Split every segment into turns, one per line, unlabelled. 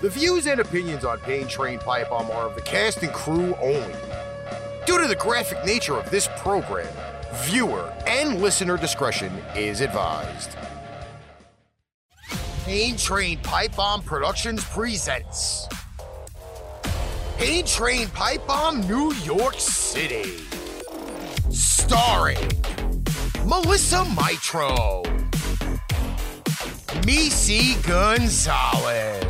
The views and opinions on Pain Train Pipe Bomb are of the cast and crew only. Due to the graphic nature of this program, viewer and listener discretion is advised. Pain Train Pipe Bomb Productions presents Pain Train Pipe Bomb New York City. Starring Melissa Mitro, Missy Gonzalez,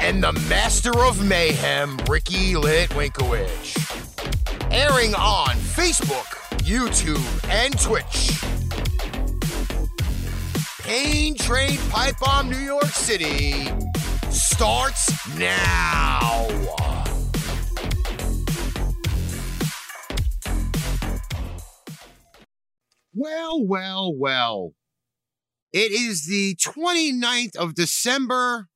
and the Master of Mayhem, Ricky Litwinkowicz. Airing on Facebook, YouTube, and Twitch. Pain Train Pipe Bomb New York City starts now. Well, well, well. It is the 29th of December.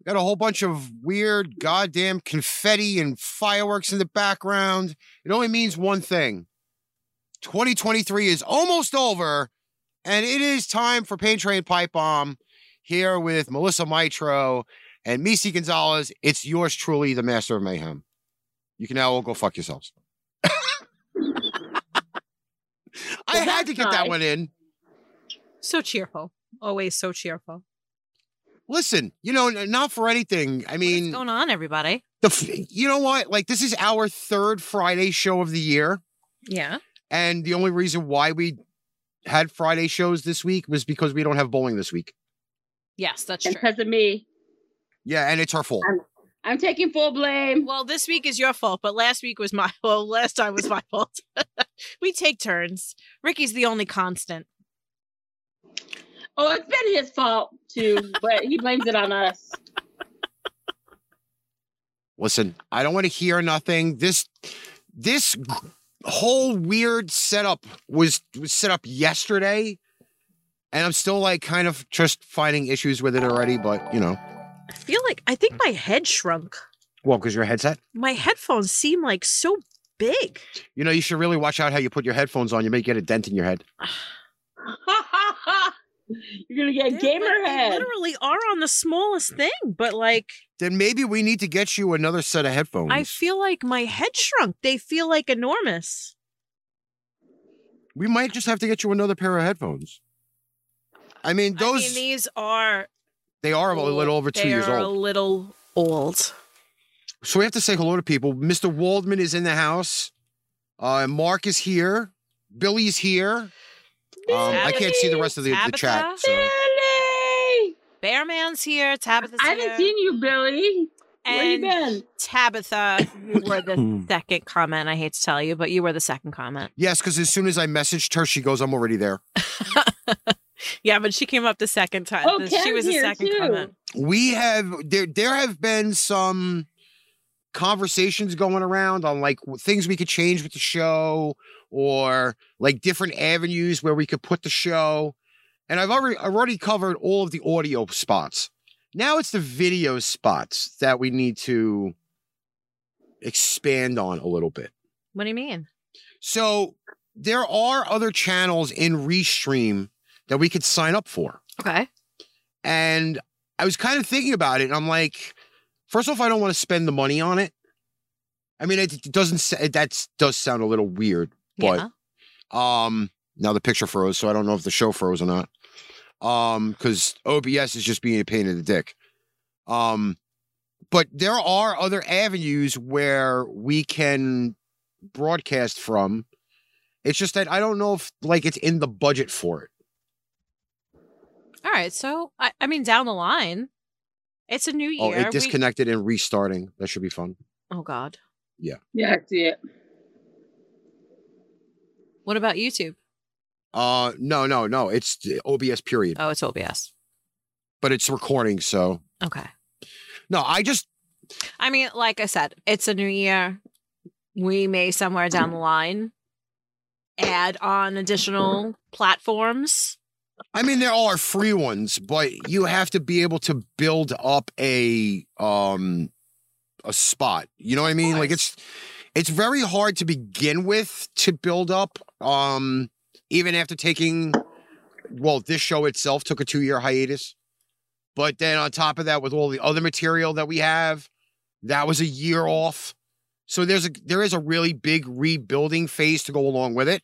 We got a whole bunch of weird goddamn confetti and fireworks in the background. It only means one thing 2023 is almost over, and it is time for Pain Train Pipe Bomb here with Melissa Mitro and Missy Gonzalez. It's yours truly, the master of mayhem. You can now all go fuck yourselves. I
Well,
had to
that's
get that
nice.
one in.
So cheerful. Always so cheerful.
Listen, you know, n- not for anything. I mean,
Mm.
What's going on, everybody?
the f- you know what? Like this is our third Friday show of the year,
Yeah.
and the only reason why we had Friday shows this week was because we don't have bowling this week.
Yes, that's
And
true.
because of me.
Yeah, and it's our fault.
I'm taking full blame.
Well, this week is your fault, but last week was my well, last time was my fault. we take turns. Ricky's the only constant.
Oh, it's been his fault too, but he blames it on us.
Listen, I don't want to hear nothing. This this g- whole weird setup was was set up yesterday, and I'm still like kind of just finding issues with it already. But you know,
I feel like I think my head shrunk.
well, because your headset.
My headphones seem like so big.
You know, you should really watch out how you put your headphones on. You may get a dent in your head.
You're gonna get
They're
gamer
like- they
head.
literally are on the smallest thing, but like
Then maybe we need to get you another set of headphones.
I feel like my head shrunk. They feel like enormous.
we might just have to get you another pair of headphones. I mean,
I mean,
those
these are
they are a little over two
they
years
are a
old.
little old.
So we have to say hello to people. Mr. Waldman is in the house. Uh, Mark is here. Billy's here. Um, I can't see the rest of the, the chat.
Tabitha?
so-
Billy!
Bearman's here. Tabitha's
I
here.
haven't seen you, Billy. Where you
and
been?
Tabitha, you were the second comment. I hate to tell you, but you were the second comment.
Yes, because as soon as I messaged her, she goes, "I'm already there."
Yeah, but she came up the second time.
Oh,
The- she
Ken's
was the
here,
second
too.
comment.
We have there. There have been some conversations going around on like w- things we could change with the show, or like different avenues where we could put the show. And I've already I've already covered all of the audio spots. Now it's the video spots that we need to expand on a little bit.
What do you mean?
So there are other channels in Restream that we could sign up for.
Okay.
And I was kind of thinking about it. And I'm like, first off, I don't want to spend the money on it. I mean, it, it doesn't, sa- it, that does sound a little weird. But-
yeah.
Um, now the picture froze, so I don't know if the show froze or not. Um, because OBS is just being a pain in the dick. Um, but there are other avenues where we can broadcast from. It's just that I don't know if like it's in the budget for it.
All right. So I, I mean, down the line, it's a new year.
Oh, it
We-
disconnected and restarting. That should be fun.
oh God.
Yeah, I see it.
What about YouTube?
Uh, no, no, no. It's the OBS period,
Oh, it's OBS.
but it's recording. So
Okay.
no, I just
I mean, like I said, it's a new year. We may somewhere down the line add on additional platforms.
I mean, there are free ones, but you have to be able to build up a um a spot. You know what I mean? Like
course.
it's it's very hard to begin with to build up. Um, even after taking well, this show itself took a two year hiatus. But then on top of that, with all the other material that we have, that was a year off. So there's a there is a really big rebuilding phase to go along with it.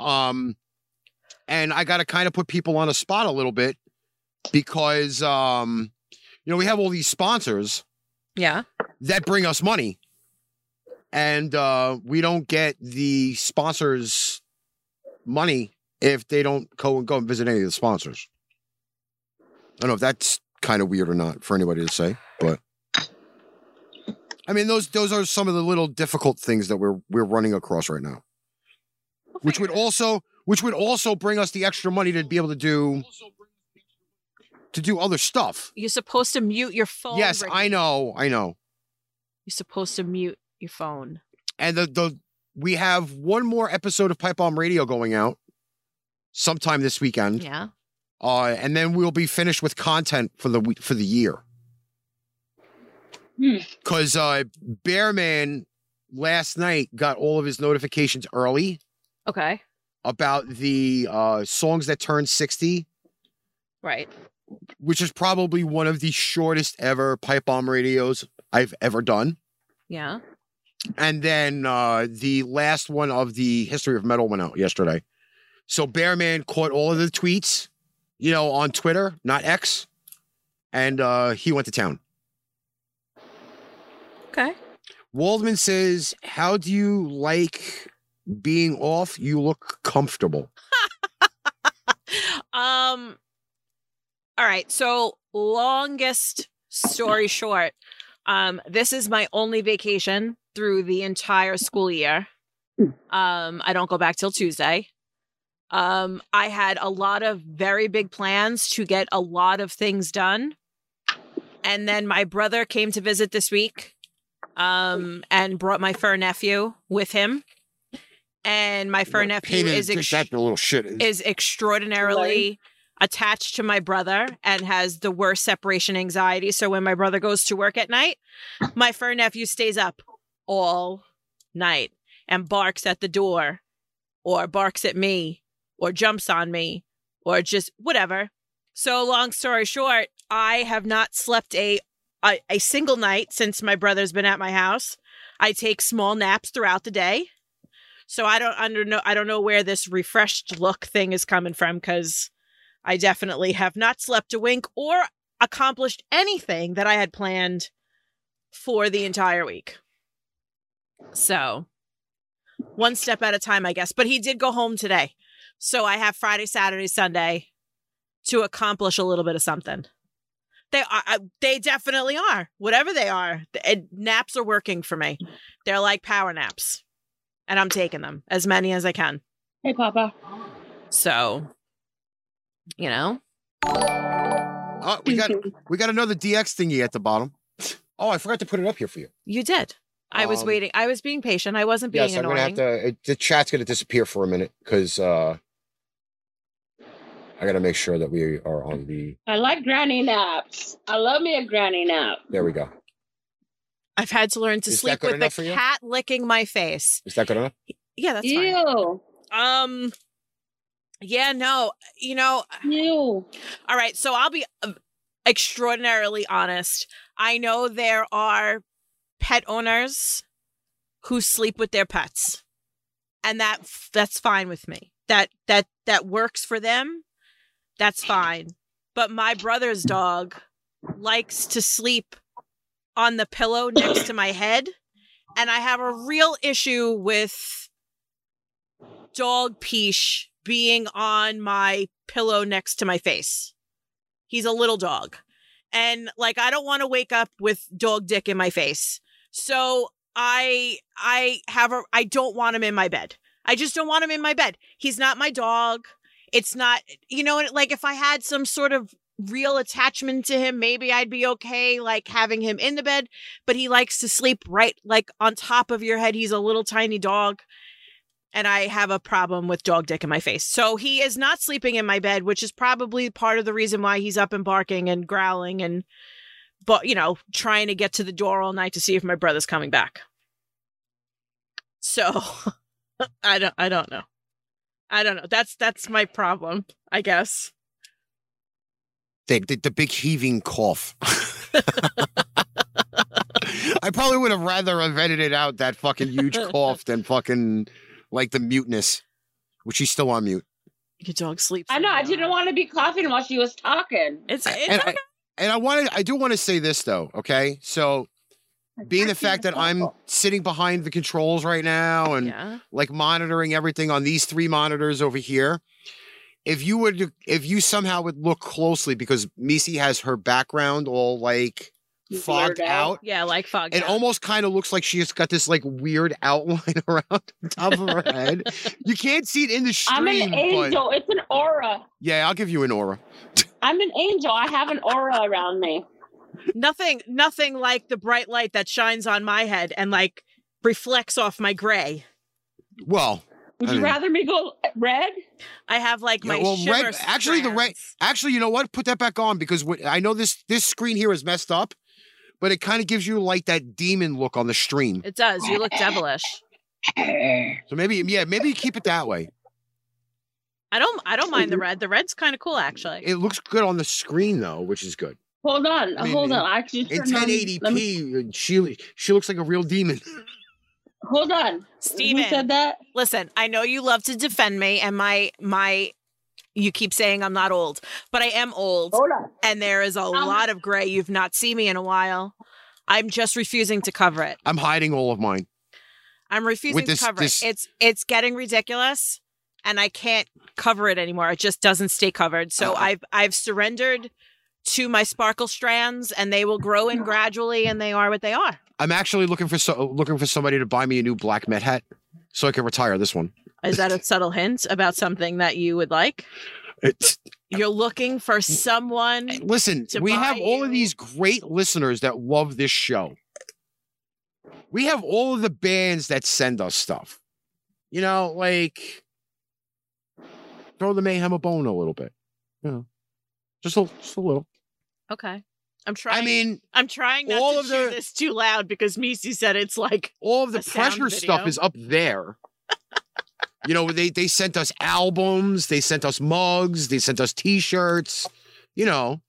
Um and I gotta kind of put people on a spot a little bit because um you know we have all these sponsors
Yeah.
that bring us money. And uh we don't get the sponsors money if they don't go and go and visit any of the sponsors. I don't know if that's kind of weird or not for anybody to say, but I mean those those are some of the little difficult things that we're we're running across right now. Which would also which would also bring us the extra money to be able to do to do other stuff.
You're supposed to mute your phone.
yes,
Ricky.
I know, I know.
You're supposed to mute your phone.
And the the we have one more episode of Pipe Bomb Radio going out sometime this weekend.
Yeah.
Uh, and then we'll be finished with content for the we- for the year.
Hmm.
Because uh, Bearman last night got all of his notifications early
Okay.
about the uh, songs that turned sixty,
Right.
which is probably one of the shortest ever pipe bomb radios I've ever done.
Yeah.
And then uh, the last one of the history of metal went out yesterday. So Bearman caught all of the tweets, you know, on Twitter, not X, and uh, he went to town.
Okay.
Waldman says, "How do you like being off? You look comfortable."
Um. All right. So longest story short, um, this is my only vacation through the entire school year. Um, I don't go back till Tuesday. Um, I had a lot of very big plans to get a lot of things done. And then my brother came to visit this week um, and brought my fur nephew with him. And my fur
What a
nephew
pain in the
is
dick
ex-
that little shit. Is.
is extraordinarily attached to my brother and has the worst separation anxiety. So when my brother goes to work at night, my fur nephew stays up all night and barks at the door or barks at me or jumps on me or just whatever. So long story short, I have not slept a a, a single night since my brother's been at my house. I take small naps throughout the day. So I don't under no I don't know where this refreshed look thing is coming from because I definitely have not slept a wink or accomplished anything that I had planned for the entire week. So one step at a time, I guess. But he did go home today. So I have Friday, Saturday, Sunday to accomplish a little bit of something. They are I, they definitely are. Whatever they are, th- and naps are working for me. They're like power naps and I'm taking them as many as I can.
Hey, Papa.
So, you know,
Oh, we got we got another DX thingy at the bottom. Oh, I forgot to put it up here for you.
you did. I was
Um,
waiting. I was being patient. I wasn't being
Yes, I'm
annoying.
gonna have to. It, the chat's gonna disappear for a minute because uh, I gotta make sure that we are on the.
I like granny naps. I love me a granny nap.
There we go.
I've had to learn to
Is that
sleep
good
with the
enough for you?
cat licking my face.
Is that good enough?
Yeah, that's
ew,
fine. Um, yeah, no, you know,
ew.
All right, so I'll be uh, extraordinarily honest. I know there are pet owners who sleep with their pets. And that that's fine with me. That that that works for them. That's fine. But my brother's dog likes to sleep on the pillow next to my head, and I have a real issue with dog peesh being on my pillow next to my face. He's a little dog. And like I don't want to wake up with dog dick in my face. So I I have a I don't want him in my bed. I just don't want him in my bed. He's not my dog. It's not you know like if I had some sort of real attachment to him, maybe I'd be okay like having him in the bed, but he likes to sleep right like on top of your head. He's a little tiny dog and I have a problem with dog dick in my face. So he is not sleeping in my bed, which is probably part of the reason why he's up and barking and growling and but you know, trying to get to the door all night to see if my brother's coming back. So I don't I don't know. I don't know. That's that's my problem, I guess.
The, the, the big heaving cough. I probably would have rather have edited out that fucking huge cough than fucking like the muteness, which he's still on mute.
Your dog sleeps.
I
in
know. I
the
didn't
yard.
want to be coughing while she was talking.
It's, it's
And I, and I wanted, I do want to say this though, okay? So, being the fact that I'm sitting behind the controls right now and
yeah.
like monitoring everything on these three monitors over here. If you would, if you somehow would look closely, because Missy has her background all like fogged out,
Yeah, like fog.
it
yeah.
almost kind of looks like she's got this like weird outline around the top of her head. You can't see it in the
I'm
stream,
an
but
angel. It's an aura.
yeah, I'll give you an aura.
I'm an angel. I have an aura around me.
nothing, nothing like the bright light that shines on my head and like reflects off my gray.
Well,
Would
I
you
mean-
rather me go red?
I have like
Yeah,
my
well,
shimmer
red- actually, the red-
strands.
actually, you know what? Put that back on because what, I know this this screen here is messed up, but it kind of gives you like that demon look on the stream.
It does. You look devilish.
So maybe, yeah, maybe you keep it that way.
I don't. I don't mind the red. The red's kind of cool, actually.
It looks good on the screen though, which is good.
Hold on.
I mean,
hold
in-
on. I actually
In
turned on- let me-
1080p, she she looks like a real demon.
Hold on. Who
Steven,
said that?
listen. I know you love to defend me, and my my. You keep saying I'm not old, but I am old,
Hold on.
and there is a lot of gray. You've not seen me in a while. I'm just refusing to cover it.
I'm hiding all of mine.
I'm refusing
this-
to cover
this-
it. It's it's getting ridiculous, and I can't cover it anymore. It just doesn't stay covered. So
Uh-uh.
I've I've surrendered to my sparkle strands, and they will grow in gradually, and they are what they are.
I'm actually looking for so looking for somebody to buy me a new black met hat so I can retire this one.
Is that a subtle hint about something that you would like?
It's,
You're looking for
Mm.
someone.
listen,
To
we
buy
have all of
you-
these great listeners that love this show. We have all of the bands that send us stuff. You know, like throw the mayhem a bone a little bit. You know, just a, just a little.
Okay, I'm trying.
I mean,
I'm trying not
all
to
of
chew
the-
this too loud because Misi said it's like
all of the
a sound
pressure stuff
video.
is up there. you know, they they sent us albums, they sent us mugs, they sent us t-shirts. You know,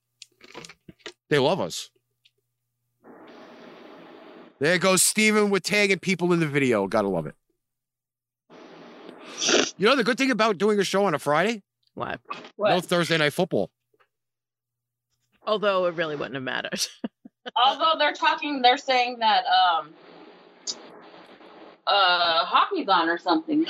they love us. There goes Steven with tagging people in the video. Gotta love it. You know the good thing about doing a show on a Friday?
what?
What?
No Thursday night football.
Although it really wouldn't have mattered.
Although they're talking, they're saying that um, uh, hockey's on or something.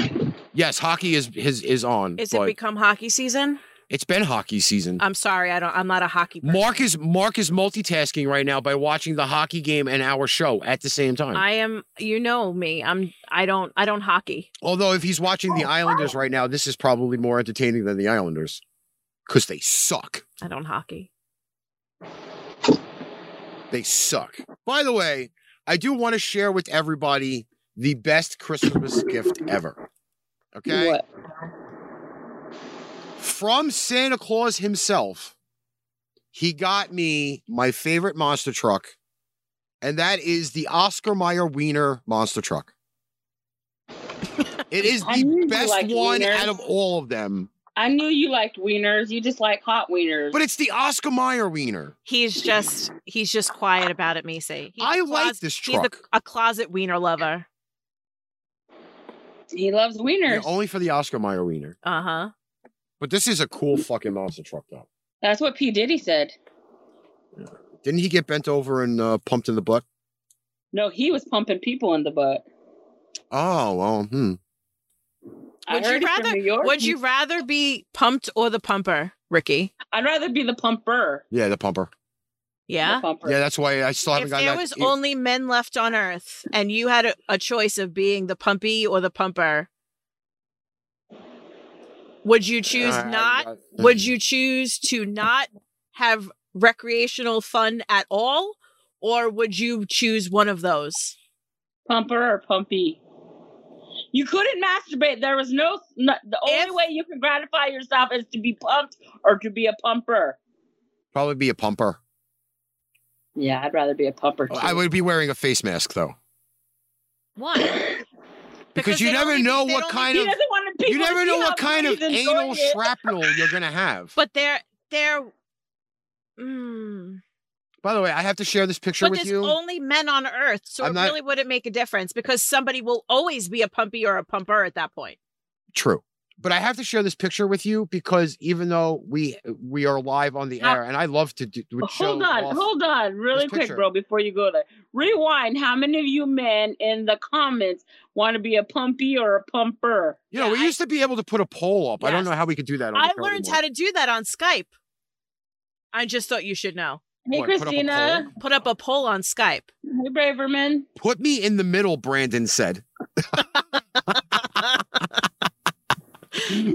Yes, hockey is is, is on.
Is it
but
become hockey season?
it's been hockey season.
I'm sorry, I don't. I'm not a hockey. Person.
Mark is Mark is multitasking right now by watching the hockey game and our show at the same time.
I am. You know me. I'm. I don't. I don't hockey.
Although if he's watching the Islanders right now, this is probably more entertaining than the Islanders because they suck.
I don't hockey.
They suck. By the way, I do want to share with everybody the best Christmas gift ever. Okay,
What?
from Santa Claus himself, he got me my favorite monster truck, and that is the Oscar Mayer Wiener monster truck. It is
I knew
the
you
best
liked
one
wieners.
out of all of them,
I knew you liked wieners. You just like hot wieners.
but it's the Oscar Mayer Wiener.
He's just. He's just quiet about it, Macy. He's
I
a
like
closet-
this
He's a,
truck.
a closet wiener lover.
he loves
Yeah,
wieners.
only for the Oscar Mayer Wiener.
Uh huh.
But this is a cool fucking monster truck, though.
That's what P Diddy said.
Didn't he get bent over and uh, pumped in the butt?
No, he was pumping people in the butt.
Oh well, hmm.
I
Would you
heard it
rather-
from New York.
Would you rather be pumped or the pumper, Ricky?
I'd rather be the pumper.
Yeah, the pumper.
Yeah.
The pumper.
Yeah, that's why I still haven't
If
gotten
there
that.
was
it-
only men left on Earth, and you had a, a choice of being the pumpy or the pumper, would you choose
I- I-
not
I-
would you choose to not have recreational fun at all or would you choose one of those
Pumper or pumpy? You couldn't masturbate. There was no, no the only
If-
way you can gratify yourself is to be pumped or to be a pumper.
probably be a pumper?
Yeah, I'd rather be a pumper. Too.
Oh, I would be wearing a face mask though.
one
Because you
they'd
never
only be-
know
they'd
what
only
kind
be-
He
of-
doesn't want to
you never know what kind of anal shrapnel you're gonna have.
but they're they're Mm.
By the way, I have to share this picture
But
with
there's
you.
only men on Earth, so
I'm
it
not-
really wouldn't make a difference because somebody will always be a pumpy or a pumper at that point.
True. But I have to share this picture with you because even though we we are live on the
Ah.
air, and I love to do. would
Hold
show
on,
off-
hold on, really
this
quick,
picture.
bro, before you go there. Rewind. How many of you men in the comments want to be a pumpy or a pumper?
You know, we
Yeah, I-
used to be able to put a poll up. I don't know
Yes.
how we could do that. On
I
the show
learned
anymore.
how to do that on Skype. I just thought you should know.
Hey,
What, put up a
Christina.
Put up a poll on Skype.
Hey, Braverman.
Put me in the middle, Brandon said.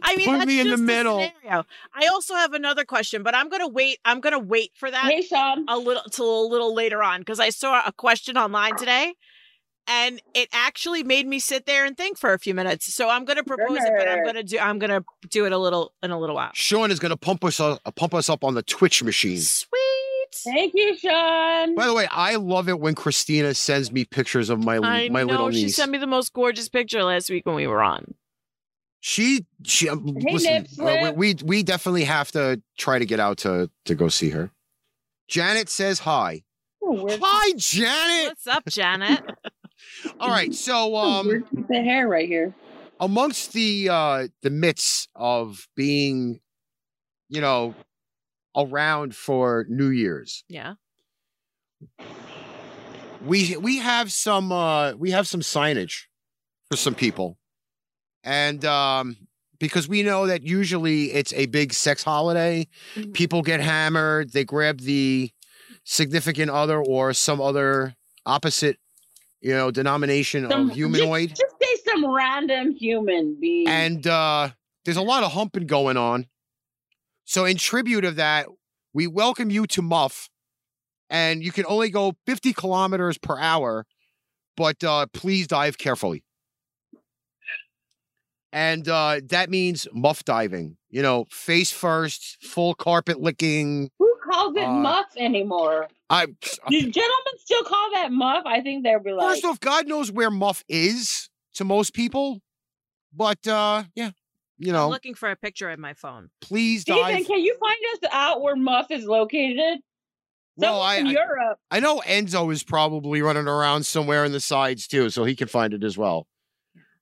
I mean,
Put
that's
me in the
just
middle.
scenario. I also have another question, but I'm gonna wait. I'm gonna wait for that
Hey, Sean.
a little till a little later on because I saw a question online today, and it actually made me sit there and think for a few minutes. So I'm gonna propose it, but I'm
Good.
gonna do. I'm gonna do it a little in a little while.
Sean is going to pump us up, pump us up on the Twitch machine.
Sweet.
Thank you, Sean.
By the way, I love it when Christina sends me pictures of my
I
my
know
little
she
niece.
sent me the most gorgeous picture last week when we were on.
she she um, listen.
Nip
uh,
Slip.
we, we we definitely have to try to get out to to go see her. Janet says hi.
Oh, weird-
Hi, Janet.
What's up, Janet?
All right, so
oh,
um,
weird piece of hair right here.
amongst the uh the myths of being you know around for new year's
yeah.
we we have some uh we have some signage for some people and um because we know that usually it's a big sex holiday
Mhm.
people get hammered they grab the significant other or some other opposite you know denomination
Some-
of humanoid
Just, just say some random human being.
and uh, there's a lot of humping going on. So, in tribute of that, we welcome you to Muff, and you can only go 50 kilometers per hour, but uh, please dive carefully. And uh, that means muff diving, you know, face first, full carpet licking.
Who calls it
Uh,
muff anymore?
I
Do gentlemen still call that muff? I think they'll be like,
first off, God knows where muff is to most people, but uh, yeah, you
I'm
know,
looking for a picture in my phone.
please
Ethan,
dive.
can you find us out where muff is located?
Well,
Somewhere
I,
in
I-
Europe.
I know Enzo is probably running around somewhere in the sides too, so he can find it as well.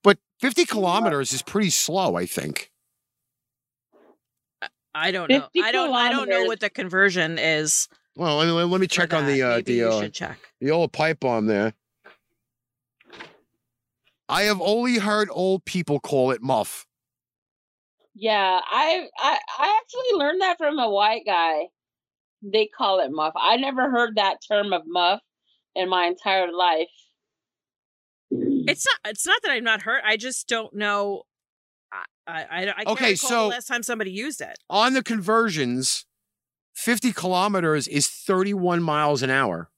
But 50 kilometers is pretty slow, I think.
I don't know.
50
I don't. I don't know
kilometers.
what the conversion is.
Well, let me, let me
for
check on the
that.
uh,
Maybe
the
you
uh,
should check.
the old pipe bomb there. I have only heard old people call it muff.
Yeah, I, I I actually learned that from a white guy. They call it muff. I never heard that term of muff in my entire life.
It's not. It's not that I'm not hurt. I just don't know. I. I. I, I can't
Okay,
recall
so-
the last time somebody used it.
On the conversions, 50 kilometers is 31 miles an hour.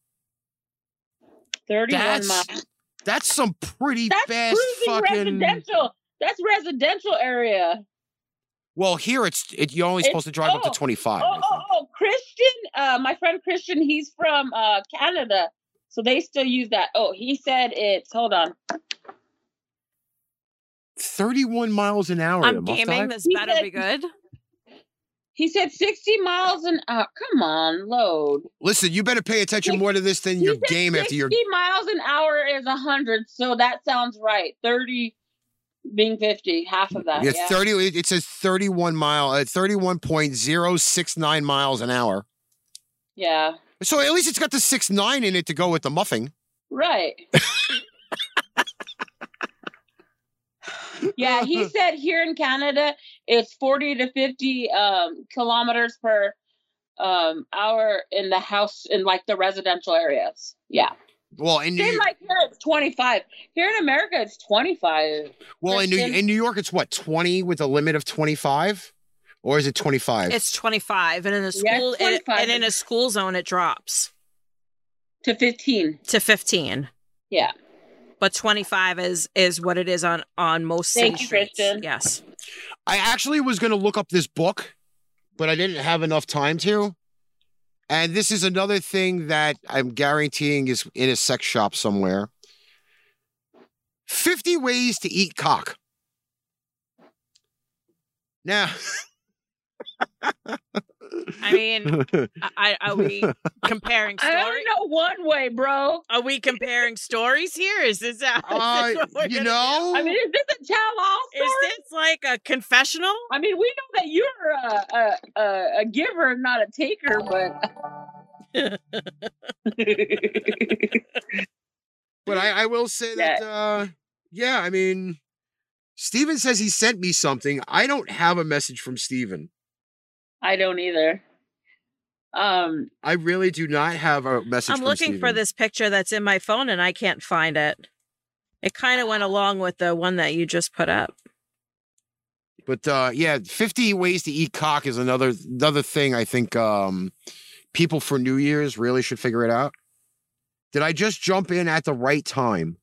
31
That's
miles.
That's some pretty
That's
fast
cruising
fucking.
residential. That's residential area.
Well, here it's it, you're only
It's-
supposed to drive up to
oh,
25. I
Oh,
think.
oh, oh, Christian, uh, my friend Christian, he's from uh, Canada, so they still use that. Oh, he said it's. Hold on,
31 miles an hour. in a
I'm
muff
Um, gaming.
dive?
This
He
better
said-
be good.
he said sixty miles an hour. Come on, load.
Listen, you better pay attention
Six-
more to this than
he
your
said
game after your.
Sixty miles an hour is hundred, so that sounds right. Thirty being fifty, half of that.
Yeah,
yeah.
thirty. It it says thirty-one mile, uh, thirty-one point zero six nine miles an hour.
yeah.
So at least it's got the six nine in it to go with the muffing.
Right. yeah, he said here in Canada it's 40 to 50 um kilometers per um hour in the house in like the residential areas. Yeah.
Well, in New,
Same like here it's 25. Here in America it's 25.
well in New,
Kristen.
in New York, it's what twenty with a limit of twenty-five, or is it twenty-five?
It's 25, and in a
Yeah,
school, and,
25.
and in a school zone, it drops
To 15.
to 15.
Yeah.
But 25 is is what it is on on most
Thank
city
you,
streets.
Kristen.
Yes.
I actually was going to look up this book, but I didn't have enough time to. And this is another thing that I'm guaranteeing is in a sex shop somewhere. 50 ways to eat cock. Now,
I mean, I- I, are we comparing
I only
stories?
know one way, bro.
Are we comparing stories here? Is this how?
Uh,
is this what we're
you
gonna-
know,
I mean, is this a tell all story?
is this like a confessional?
I mean, we know that you're a, a, a, a giver, not a taker, but.
but I, I will say that, uh, yeah, I mean, Steven says he sent me something. I don't have a message from Steven.
I don't either. Um,
I really do not have a message.
I'm
from
looking for
Steven.
this picture that's in my phone and I can't find it. It kind of went along with the one that you just put up.
But uh, yeah, 50 ways to eat cock is another another thing I think um, people for New Year's really should figure it out. Did I just jump in at the right time?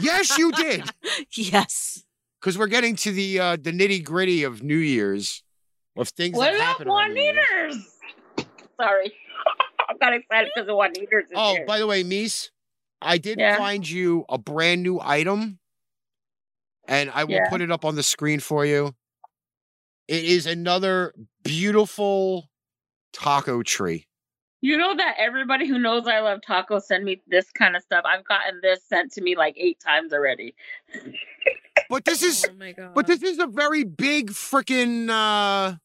yes, you did.
Yes.
Because we're getting to the uh, the nitty gritty of New Year's of things.
what
that
about
happen around
one
New Year's.
meters? Sorry. I got excited because of one meters. is
Oh,
here.
by the way, Mies, I did
Yeah.
find you a brand new item, and I will
Yeah.
put it up on the screen for you. It is another beautiful taco tree.
You know that everybody who knows I love tacos send me this kind of stuff. I've gotten this sent to me like eight times already.
But this is
oh my god.
but this is a very big freaking uh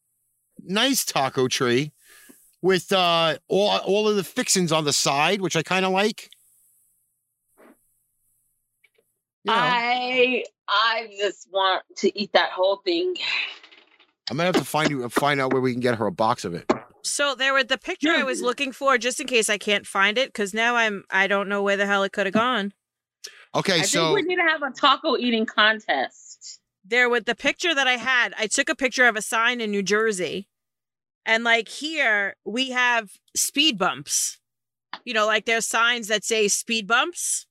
nice taco tree with uh all all of the fixings on the side, which I kind of like. You
Uh,
know,
I I just want to eat that whole thing.
I'm gonna have to find you find out where we can get her a box of it.
so there were the picture I was
Yeah.
looking for just in case I can't find it cuz now I'm I don't know where the hell it could have gone.
Okay,
I
so
think we need to have a taco eating contest.
There with the picture that I had. I took a picture of a sign in New Jersey. And like here we have speed bumps. You know, like there's signs that say speed bumps.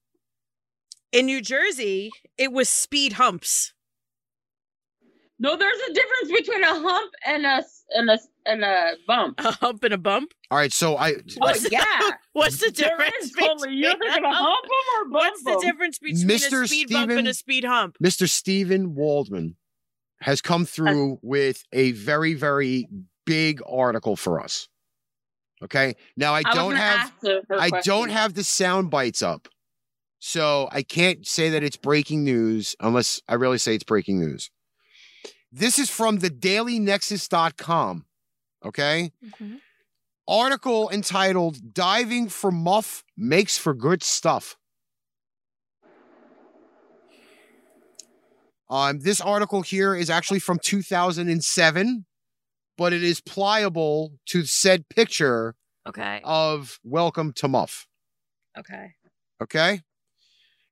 In New Jersey, it was speed humps.
No, there's a difference between a hump and a s- and a s- and a bump.
A hump and a bump.
all right, so I
Oh
What's the-
yeah,
What's the
there
difference
is totally. You're
between
thinking
a
a
hump-
hump 'em or bump
What's the
'em?
difference between
Mr.
a speed bump and
Steven-
a speed hump?
Mr. Steven Waldman has come through with a very, very big article for us. Okay. Now I,
I was
don't
gonna
have
ask her her
I
question.
don't have the sound bites up. So I can't say that it's breaking news unless I really say it's breaking news. This is from the dailynexus.com. Okay. Article entitled Diving for Muff Makes for Good Stuff. Um, this article here is actually from 2007, but it is pliable to said picture
Okay.
of Welcome to Muff.
Okay.
Okay.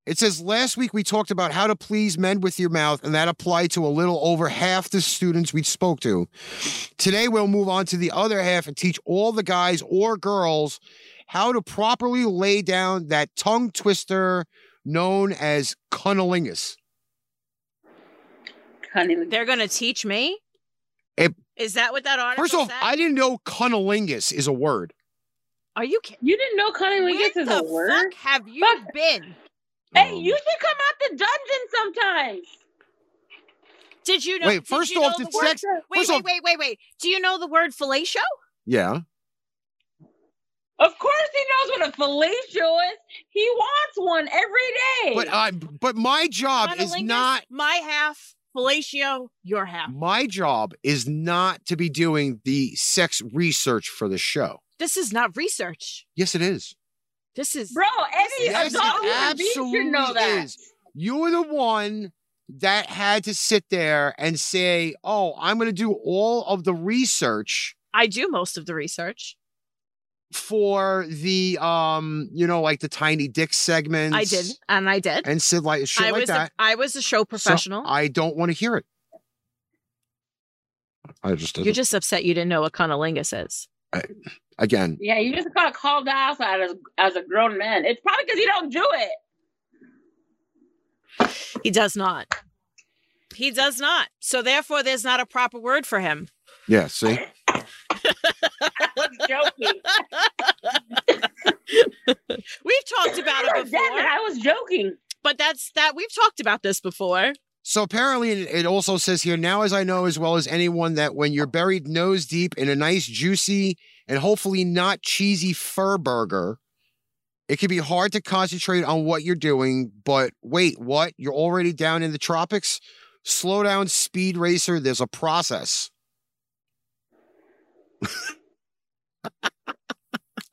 It says last week we talked about how to please men with your mouth, and that applied to a little over half the students we spoke to. Today we'll move on to the other half and teach all the guys or girls how to properly lay down that tongue twister known as cunnilingus.
Honey,
They're gonna teach me. Is
It-
that what that article
First off,
said?
I didn't know cunnilingus is a word.
Are you kidding?
you didn't know cunnilingus
Where
is
the
a word.
fuck have you
Fuck.
been?
Hey,
Um,
you should come out the dungeon sometimes.
Did you know?
Wait,
did
first
you know
off,
the
it's
word-
sex-
Wait,
first
wait,
off-
wait, wait, wait. Do you know the word fellatio?
Yeah.
Of course, he knows what a fellatio is. He wants one every day.
But I but my job is
Cunnilingus,
not
my half. Fellatio, your half.
my job is not to be doing the sex research for the show.
This is not research.
Yes, it is.
This is
Bro, any
Yes, it
adult human being should know
absolutely
that.
is. You're the one that had to sit there and say, "Oh, I'm going to do all of the research
I do most of the research.
for the um, you know, like the tiny dick segments."
I did, and I did.
and said like shit
I
like
was
that.
A, I was a show
So
professional.
I don't want to hear it. I just
You're just upset you didn't know what conolingus is.
again.
Yeah, you just got called out as, as a grown man. It's probably because you don't do it.
He does not. He does not. So therefore, there's not a proper word for him.
Yeah, see.
I'm joking.
We've talked about
Damn
it
it,
before,
I was joking.
but that's that. We've talked about this before.
So apparently, it it also says here now, as I know as well as anyone, that when you're buried nose deep in a nice, juicy, and hopefully not cheesy fur burger, it can be hard to concentrate on what you're doing. But wait, what? You're already down in the tropics? Slow down, speed racer. There's a process.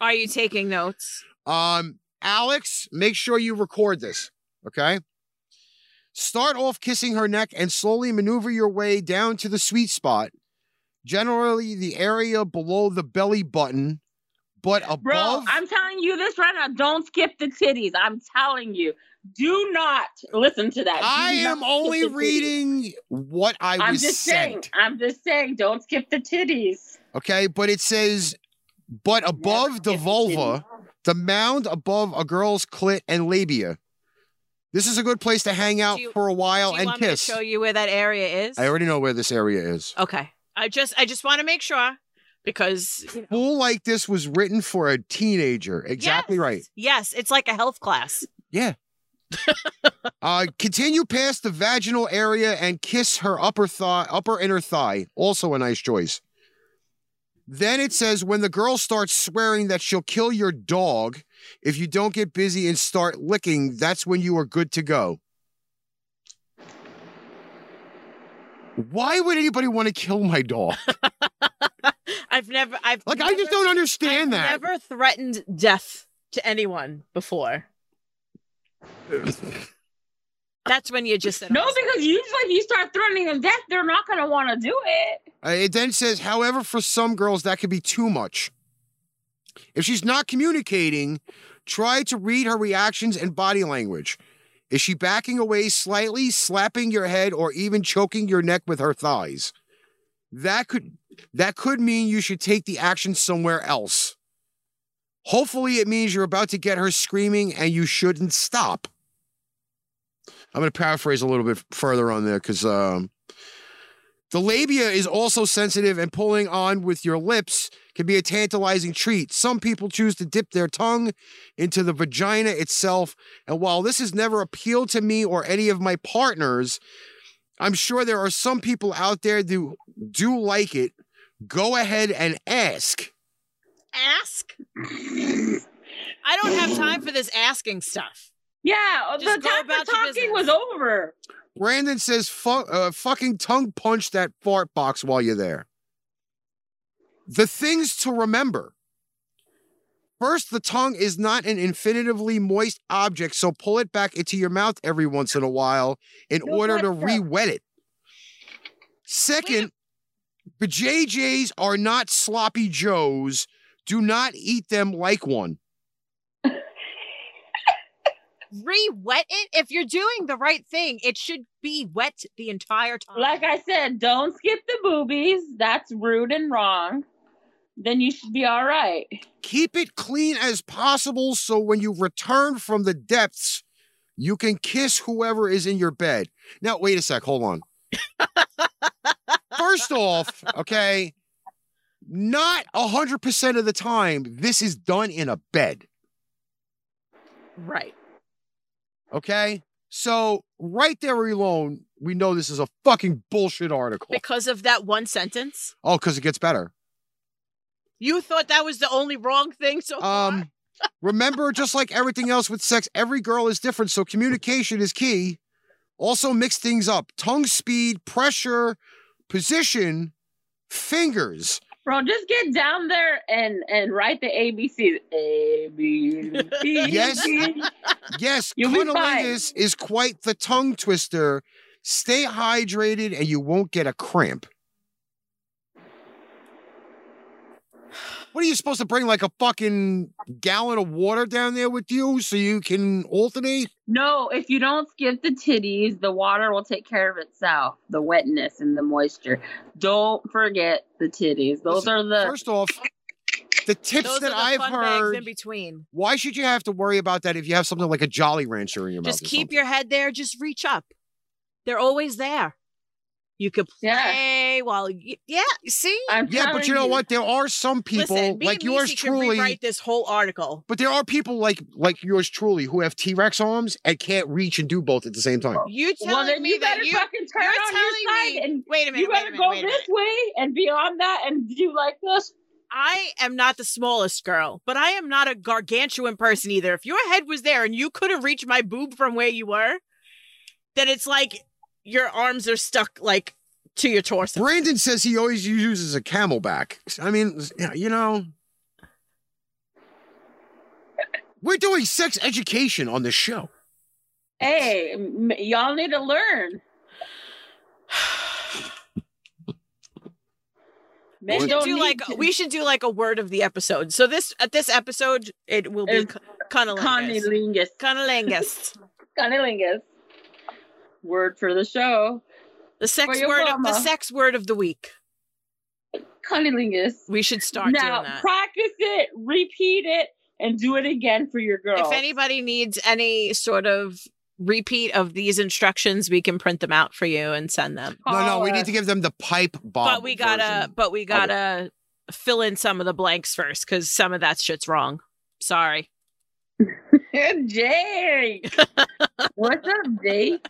Are you taking notes?
Um, Alex, make sure you record this. Okay. Start off kissing her neck and slowly maneuver your way down to the sweet spot, generally the area below the belly button, but above.
Bro, I'm telling you this right now. Don't skip the titties. I'm telling you. Do not listen to that. Do
I am
not
only
skip the titties.
reading what I
I'm
was
just saying.
sent.
I'm just saying. Don't skip the titties.
Okay, but it says, but above the
skip the
vulva, the mound above a girl's clit and labia. This is a good place to hang out
Do you-
for a while
Do you
and
want
kiss.
me to show you where that area is?
I already know where this area is.
Okay. I just I just want to make sure because you know-
Fool like this was written for a teenager. Exactly
Yes.
right.
Yes, it's like a health class.
Uh, continue past the vaginal area and kiss her upper thigh, upper inner thigh. Also a nice choice. Then it says when the girl starts swearing that she'll kill your dog if you don't get busy and start licking, that's when you are good to go. Why would anybody want to kill my dog?
I've never I've
Like
never,
I just don't understand
I've
that.
Never threatened death to anyone before. That's when you just
No, because usually if you start threatening them death, they're not gonna want to do it.
Uh, it then says, however, for some girls, that could be too much. If she's not communicating, try to read her reactions and body language. Is she backing away slightly, slapping your head, or even choking your neck with her thighs? That could that could mean you should take the action somewhere else. Hopefully, it means you're about to get her screaming and you shouldn't stop. I'm going to paraphrase a little bit further on there because um, the labia is also sensitive, and pulling on with your lips can be a tantalizing treat. Some people choose to dip their tongue into the vagina itself. And while this has never appealed to me or any of my partners, I'm sure there are some people out there who do like it. Go ahead and ask.
ask. I don't have time for this asking stuff.
Yeah,
Just
the
go
time
about
for
your
talking
business.
was over.
Brandon says, Fu- uh, fucking tongue punch that fart box while you're there. The things to remember. First, the tongue is not an infinitively moist object, so pull it back into your mouth every once in a while in
No
order to
wonder.
re wet it. Second, JJ's are not sloppy Joes. Do not eat them like one.
Re-wet it if you're doing the right thing. It should be wet the entire time.
Like I said, don't skip the boobies. That's rude and wrong. Then you should be all right.
keep it clean as possible so when you return from the depths, you can kiss whoever is in your bed. Now, wait a sec, hold on. First off, okay, not 100% of the time, this is done in a bed,
right.
okay? So, right there alone, we know this is a fucking bullshit article.
Because of that one sentence.
Oh, because it gets better.
You thought that was the only wrong thing so far?
Um, remember, just like everything else with sex, every girl is different, so communication is key. Also, mix things up: tongue speed, pressure, position, fingers.
Bro, just get down there and and write the ABCs. A B C.
Yes.
D.
Yes,
You'll be fine.
cunnilingus is quite the tongue twister. Stay hydrated, and you won't get a cramp. What are you supposed to bring? Like a fucking gallon of water down there with you, so you can alternate.
No, if you don't skip the titties, the water will take care of itself. The wetness and the moisture. Don't forget the titties. Those
Listen,
are the
First off, the tips
Those
that
are the
I've
fun
heard.
bags in between.
Why should you have to worry about that if you have something like a Jolly Rancher in your mouth?
Just
or
keep
something?
your head there. Just reach up. They're always there. You could
Yeah.
play while y- yeah. See,
I'm
Yeah, but
telling
you know what? There are some people
listen, me
like
and
yours
Misi
truly.
Can rewrite this whole article.
But there are people like like yours truly who have T Rex arms and can't reach and do both at the same time.
You telling
Well, then
me
you
that
better
you?
fucking turn
you're
on your
telling
side
me-
and
Wait a minute.
you
wait a
better
minute,
go
wait a
this
minute.
way and beyond that and do like this.
I am not the smallest girl, but I am not a gargantuan person either. If your head was there and you couldn't reach my boob from where you were, then it's like your arms are stuck like to your torso.
Brandon says he always uses a camelback. I mean, yeah, you know. We're doing sex education on this show.
Hey, m- y'all need to learn. Men
We should
don't
do
need
like
to-
we should do like a word of the episode. So this at this episode it will be
It's
cunnilingus.
Cunnilingus.
Cunnilingus.
Cunnilingus. Word for the show.
The sex
your
word of the
mama.
sex word of the week.
Cunnilingus.
We should start
now
doing that.
practice it, repeat it, and do it again for your girl.
If anybody needs any sort of repeat of these instructions, we can print them out for you and send them.
No, no,
Call
we
us.
need to give them the pipe bomb.
but we gotta
version.
but we gotta fill in some of the blanks first because some of that shit's wrong. Sorry.
Jake. What's up, Jake?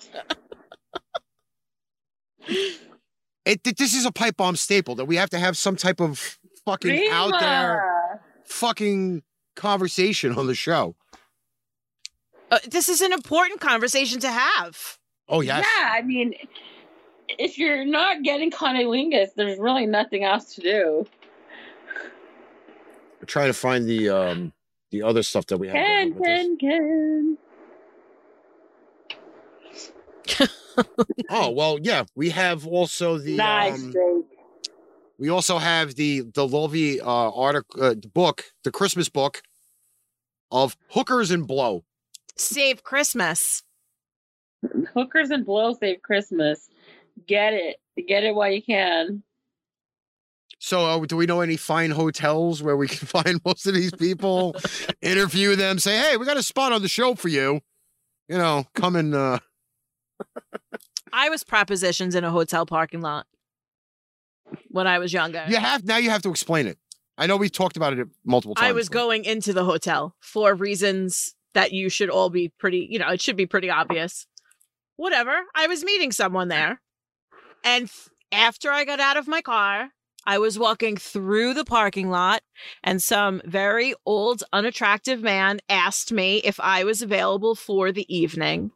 It, th- this is a pipe bomb staple that we have to have some type of fucking out there fucking conversation on the show.
Uh, this is an important conversation to have.
Oh
Yeah,
yes.
I mean, if you're not getting cunnilingus, there's really nothing else to do.
We're trying to find the um the other stuff that we have.
Can,
with this.
can, can.
Oh well, yeah. We have also the
nice,
um,
Jake.
We also have the the Lovey uh, article uh, book, the Christmas book of hookers and blow.
Save Christmas.
Hookers and blow save Christmas. Get it. Get it while you can.
So, uh, do we know any fine hotels where we can find most of these people, interview them, say, "Hey, we got a spot on the show for you." You know, come and uh,
I was propositioned in a hotel parking lot when I was younger.
you have now. You have to explain it. I know we've talked about it multiple times.
I was
but-
going into the hotel for reasons that you should all be pretty, you know, it should be pretty obvious. Whatever. I was meeting someone there. And f- after I got out of my car, I was walking through the parking lot and some very old, unattractive man asked me if I was available for the evening.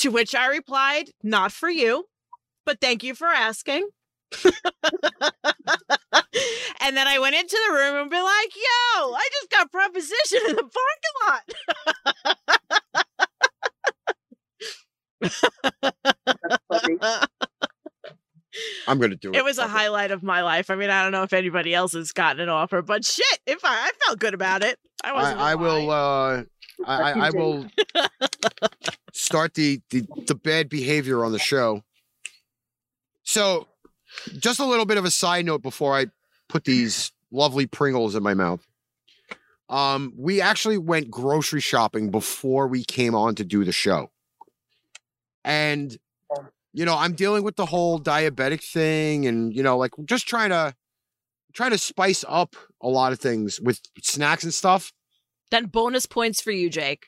To which I replied, not for you, but thank you for asking. and then I went into the room and be like, yo, I just got proposition in the parking lot.
Buddy.
I'm going to do it.
It was a
Fuck
highlight of my life. I mean, I don't know if anybody else has gotten an offer, but shit, if I, I felt good about it. I wasn't.
I, I will.
lying.
Uh, I, I, I will start the, the the bad behavior on the show. So, just a little bit of a side note before I put these lovely Pringles in my mouth. Um, we actually went grocery shopping before we came on to do the show, and you know I'm dealing with the whole diabetic thing, and you know like just trying to trying to spice up a lot of things with snacks and stuff. uh
Then bonus points for you, Jake.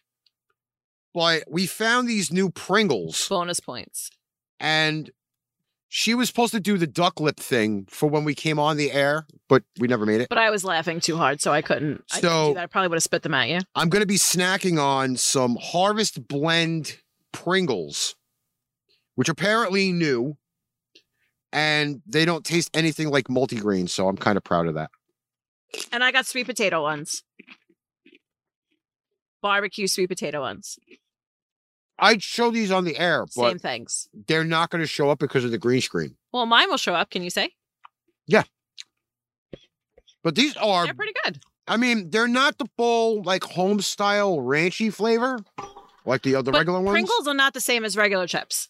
but we found these new Pringles,
Bonus points.
and she was supposed to do the duck lip thing for when we came on the air, but we never made it.
But I was laughing too hard, so I couldn't. I, couldn't
So-
do that. I probably would have spit them at you.
I'm going to be snacking on some Harvest Blend Pringles, which apparently new, and they don't taste anything like multigrain, so I'm kind of proud of that.
And I got sweet potato ones. Barbecue sweet potato ones.
I'd show these on the air, but
Same things.
they're not going to show up because of the green screen.
Well, mine will show up. Can you say?
But these are
They're pretty good.
I mean, they're not the full like home style ranchy flavor, like the other
But
regular ones.
Pringles are not the same as regular chips.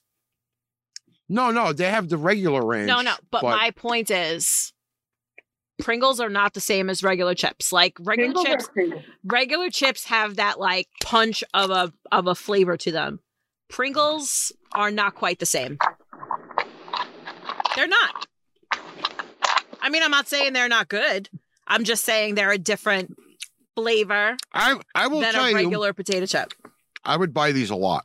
No, no, they have the regular ranch.
No, no. But, my point is, Pringles are not the same as regular chips. Like regular
Pringles are
chips,
Pringles.
regular chips have that like punch of a of a flavor to them. Pringles are not quite the same. They're not. I mean, I'm not saying they're not good. I'm just saying they're a different flavor
I I will
than
tell
a
you,
regular potato chip.
I would buy these a lot.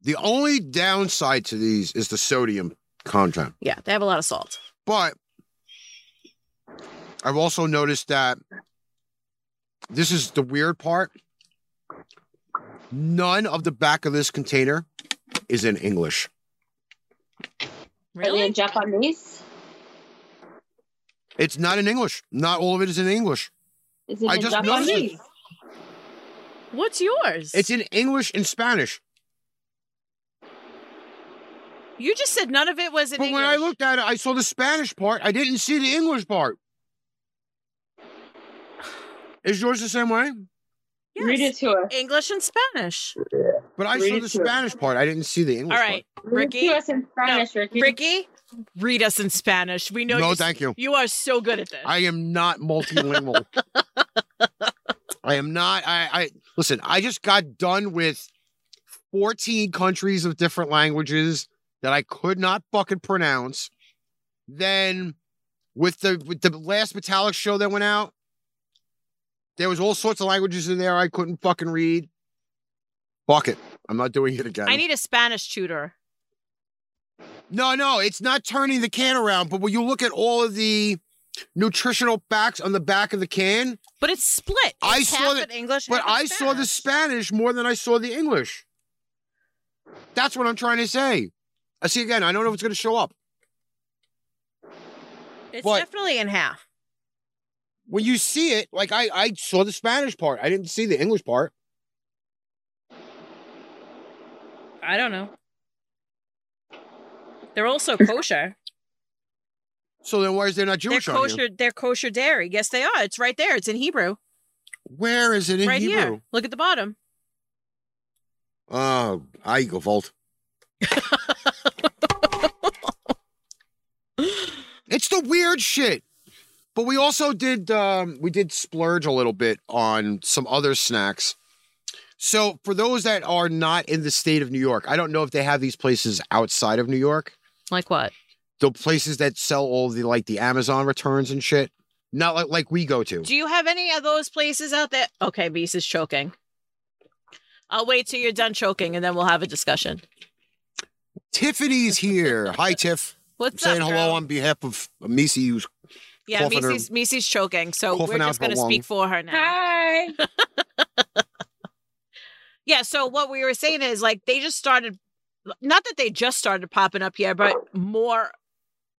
The only downside to these is the sodium content.
Yeah, they have a lot of salt.
But I've also noticed that this is the weird part. None of the back of this container is in English.
Are they in Japanese?
It's not in English. Not all of it is in English.
Is it
I
in
just noticed it.
Japanese?
What's yours?
It's in English and Spanish.
you just said none of it was in
but
English.
when I looked at it, I saw the Spanish part. I didn't see the English part. Is yours the same way?
Yes.
Read it to us.
English and Spanish.
But I
Read
saw
it
the
to us.
Spanish part. I didn't see the English
All right,
Read it
Ricky?
to us in Spanish, Ricky.
Ricky, read us in Spanish. We know
part. No,
you,
thank you.
you are so good at this.
I am not multilingual. I am not. I, I listen. I just got done with fourteen countries of different languages that I could not fucking pronounce. Then, with the with the last Metallic show that went out, there was all sorts of languages in there I couldn't fucking read. Fuck it. I'm not doing it again.
I need a Spanish tutor.
No, no, it's not turning the can around. But when you look at all of the nutritional facts on the back of the can,
But it's split. It's
I
half
saw that-
in English.
but
half in
I saw the
Spanish.
Spanish more than I saw the English. That's what I'm trying to say. I see again. I don't know if it's going to show up.
It's
but-
definitely in half.
When you see it, like I, I saw the Spanish part. I didn't see the English part.
I don't know. They're also kosher.
So then, why is there not
they're
Jewish on
kosher.
here?
They're kosher dairy. Yes, they are. It's right there. It's in Hebrew.
Where is it in
right
Hebrew?
here. Look at the bottom.
Oh, I go vault. it's the weird shit. But we also did um, we did splurge a little bit on some other snacks. So for those that are not in the state of New York, I don't know if they have these places outside of New York.
Like what?
The places that sell all the like the Amazon returns and shit. Not like like we go to.
Do you have any of those places out there? Okay, Beast is choking. I'll wait till you're done choking, and then we'll have a discussion.
Tiffany's here. Hi Tiff. I'm
What's
saying
up,
hello
girl?
on behalf of Misi who's
yeah,
coughing her-
Macy's, Macy's choking, so we're
coughing out
just
her
going to
lung.
speak for her now.
Hi.
Yeah. So what we were saying is like they just started, not that they just started popping up here, but more,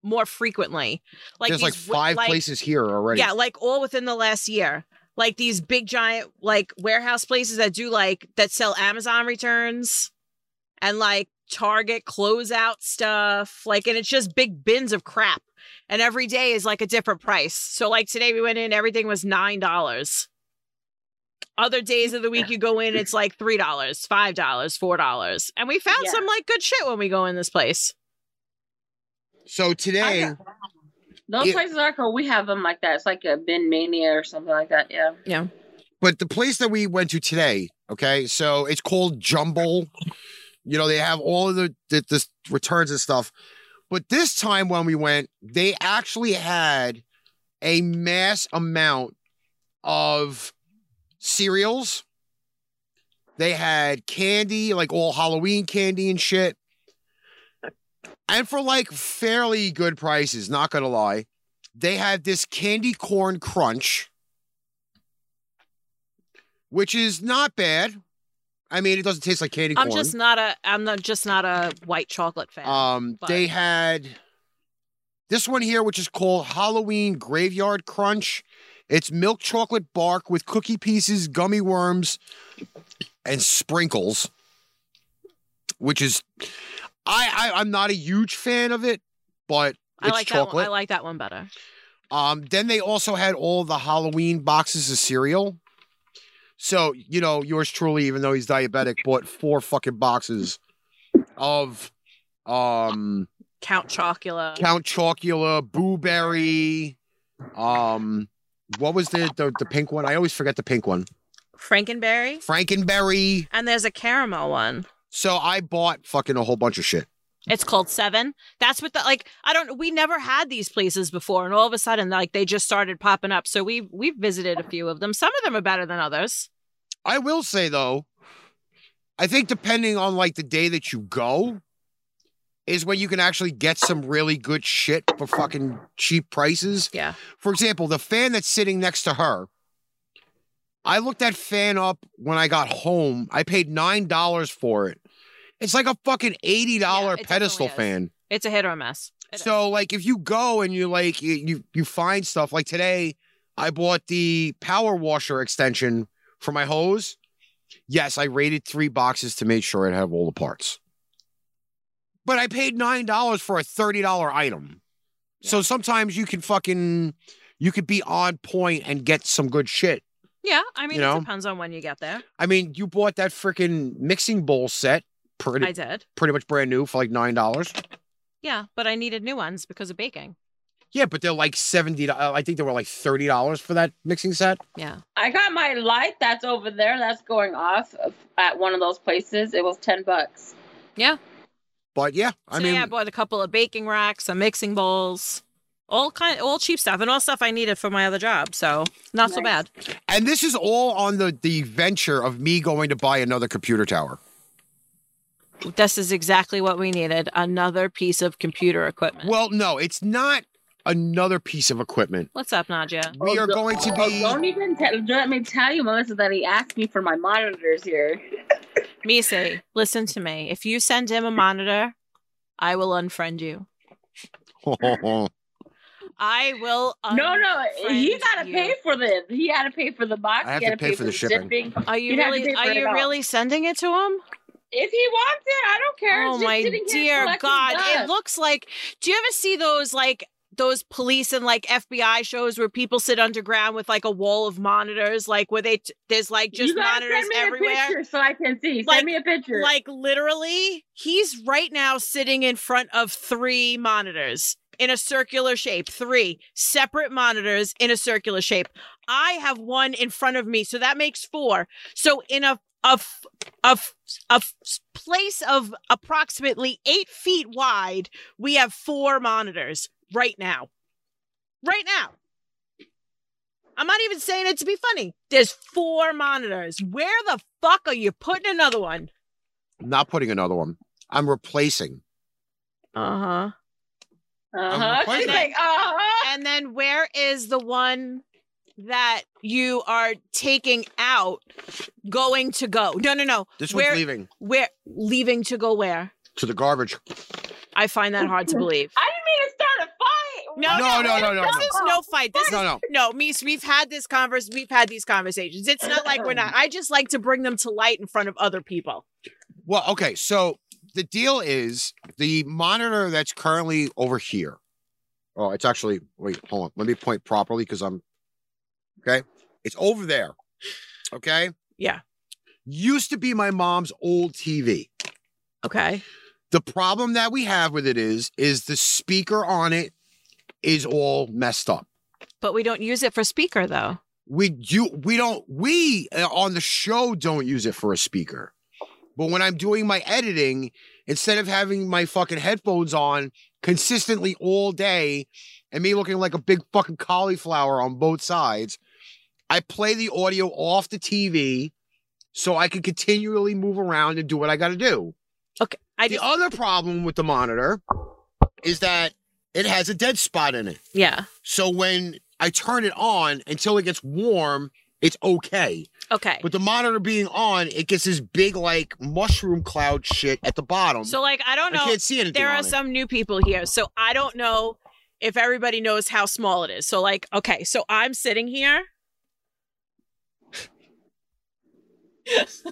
more frequently. Like
there's like
these wi-
five places here already.
Yeah, like all within the last year. Like these big giant like warehouse places that do like that sell Amazon returns and like Target closeout stuff. Like and it's just big bins of crap. And every day is like a different price. So like today we went in, everything was nine dollars. Other days of the week you go in, it's like three dollars, five dollars, four dollars. And we found
Yeah.
some like good shit when we go in this place.
So today,
I got- Those
Yeah.
places are cool. We have them like that. It's like a bin mania or something like that. Yeah.
but the place that we went to today, okay, so it's called Jumble. You know, they have all of the, the the returns and stuff. But this time when we went, they actually had a mass amount of cereals. They had candy, like all Halloween candy and shit. And for like fairly good prices, not gonna lie. They had this candy corn crunch which is not bad. I mean, it doesn't taste like candy
I'm
corn.
just not a I'm not just not a white chocolate fan.
um,
but-
they had this one here, which is called Halloween Graveyard Crunch. It's milk chocolate bark with cookie pieces, gummy worms, and sprinkles, which is I, I I'm not a huge fan of it, but
I
it's
like
chocolate.
that one. I like that one better.
Um, then they also had all the Halloween boxes of cereal. So, you know, yours truly, even though he's diabetic, bought four fucking boxes of um
Count Chocula.
Count Chocula, Boo Berry. Um, what was the, the the pink one? I always forget the pink one.
Frankenberry.
Frankenberry.
And there's a caramel one.
So I bought fucking a whole bunch of shit.
It's called Seven. That's what the like. I don't. We never had these places before, and all of a sudden, like they just started popping up. So we we've visited a few of them. Some of them are better than others.
I will say though, I think depending on like the day that you go is when you can actually get some really good shit for fucking cheap prices.
Yeah.
For example, the fan that's sitting next to her. I looked that fan up when I got home. I paid $9 for it. It's like a fucking $80
Yeah, it
pedestal
definitely
fan.
It's a hit or a miss. It
So like if you go and you like you- you you find stuff like today I bought the power washer extension for my hose. Yes, I rated 3 boxes to make sure it had all the parts. But I paid $9 for a $30 item. So sometimes you can fucking you could be on point and get some good shit.
yeah. I mean,
You know?
it depends on when you get there.
I mean, you bought that freaking mixing bowl set
I
pretty
did.
pretty much brand new for like $9.
Yeah, but I needed new ones because of baking.
Yeah, but they're like seventy. uh, I think they were like thirty dollars for that mixing set.
Yeah.
I got my light that's over there that's going off of- at one of those places. It was 10 bucks.
But yeah, I
Today
mean,
I bought a couple of baking racks, some mixing bowls, all kind, all cheap stuff, and all stuff I needed for my other job. So not so
Nice.
bad.
and this is all on the the venture of me going to buy another computer tower.
This is exactly what we needed: another piece of computer equipment.
Well, no, it's not another piece of equipment.
What's up, Nadia?
We
Oh,
are
don't-
going to
Oh,
be.
don't even te- let me tell you, Melissa, that he asked me for my monitors here.
Misi, listen to me. If you send him a monitor, I will unfriend you. I will. um,
no, no, he
unfriend
got to
you.
pay for this. He had to pay for the box.
I have
he had
to pay for the shipping.
Are you
You'd have to
really?
pay for
Are
it
you
all.
really sending it to him?
If he wants it, I don't care. It's
Oh
just
my
sitting here
dear
collecting
God! It
dust.
looks like. Do you ever see those like those police and like FBI shows where people sit underground with like a wall of monitors, like where they t- there's like
You
just
gotta
monitors
send me A
everywhere.
picture so I can see.
Like-
send me a picture.
Like literally, he's right now sitting in front of three monitors in a circular shape, three separate monitors in a circular shape. I have one in front of me, so that makes four. So in a a f- a f- a f- place of approximately eight feet wide, we have four monitors right now. Right now. I'm not even saying it to be funny. There's four monitors. Where the fuck are you putting another one?
I'm not putting another one. I'm replacing.
Uh huh.
I'm
uh-huh.
replacing
She's
it.
like, uh-huh.
And then where is the one that you are taking out going to go? No, no, no.
This
Where-
one's leaving
Where leaving to go where?
to the garbage.
I find that hard to believe.
I didn't mean to start a fight.
No,
No, no, no, no,
This
no.
is no fight. This
No, no.
No, Mies, we've had this converse. We've had these conversations. It's not like we're not.
Oh.
I just like to bring them to light in front of other people.
Well, okay. So the deal is the monitor that's currently over here. Oh, it's actually, wait, hold on. Let me point properly because I'm, okay. It's over there. Okay.
Yeah.
Used to be my mom's old TV.
Okay.
The problem that we have with it is, is the speaker on it is all messed up.
But we don't use it for speaker though.
we you we don't we uh, on the show don't use it for a speaker but when i'm doing my editing instead of having my fucking headphones on consistently all day and me looking like a big fucking cauliflower on both sides i play the audio off the tv so i can continually move around and do what i got to do
I
the
just,
other problem with the monitor is that it has a dead spot in it
yeah.
so when I turn it on until it gets warm, it's okay.
Okay.
With the monitor being on, it gets this big like mushroom cloud shit at the bottom.
So like I don't
I
know.
can't see anything.
There
on
are
it.
some new people here, so I don't know if everybody knows how small it is. So like okay, so I'm sitting here.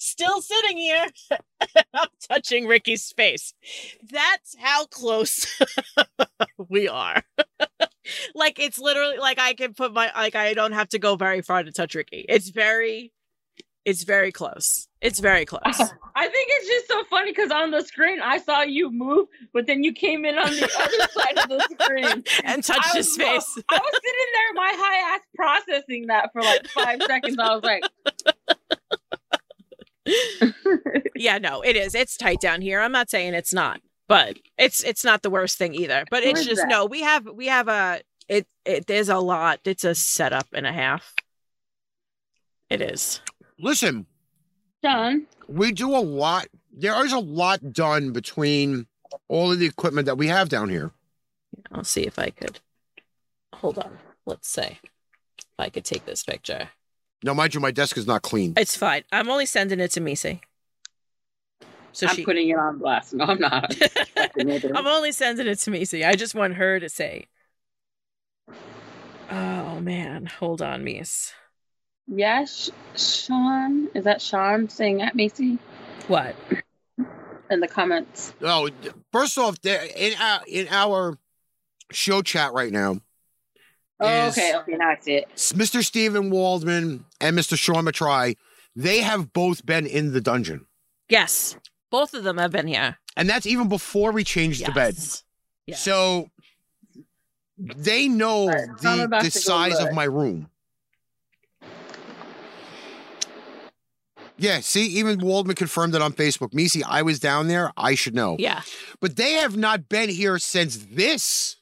Still sitting here. I'm touching Ricky's face. That's how close we are. like it's literally like I can put my like I don't have to go very far to touch Ricky. It's very it's very close. It's very close.
I think it's just so funny because on the screen I saw you move, but then you came in on the other side of the screen.
and touched
I
his
was-
face.
I was sitting there, my high ass processing that for like five seconds. I was like,
yeah, no, it is. It's tight down here. I'm not saying it's not, but it's it's not the worst thing either. But
Who
it's
is
just
that?
no, we have we have a it it there's a lot. It's a setup and a half. It is.
Listen,
Done.
we do a lot. There is a lot done between all of the equipment that we have down here.
I'll see if I could hold on. Let's say if I could take this picture.
Now, mind you, my desk is not clean.
It's fine. I'm only sending it to Misi. So
I'm
she
putting it on blast. No, I'm not.
I'm only sending it to Misi. I just want her to say. Oh man, hold on, Mies.
yes, Sean. Is that Sean saying at Macy
What?
in the comments?
Oh, d- first off, there in our in our show chat right now,
Oh,
Is-
okay. Okay, now I see it.
s- Mr. Steven Waldman and Mr. Sean Matry, they have both been in the dungeon,
Yes. Both of them have been here.
and that's even before we changed the bed.
Yes. Yeah.
So they know
All right, I'm
the
about
the
to go
size of
look.
my room. Yeah, see, even Waldman confirmed it on Facebook. Misi, I was down there. I should know.
yeah.
But they have not been here since this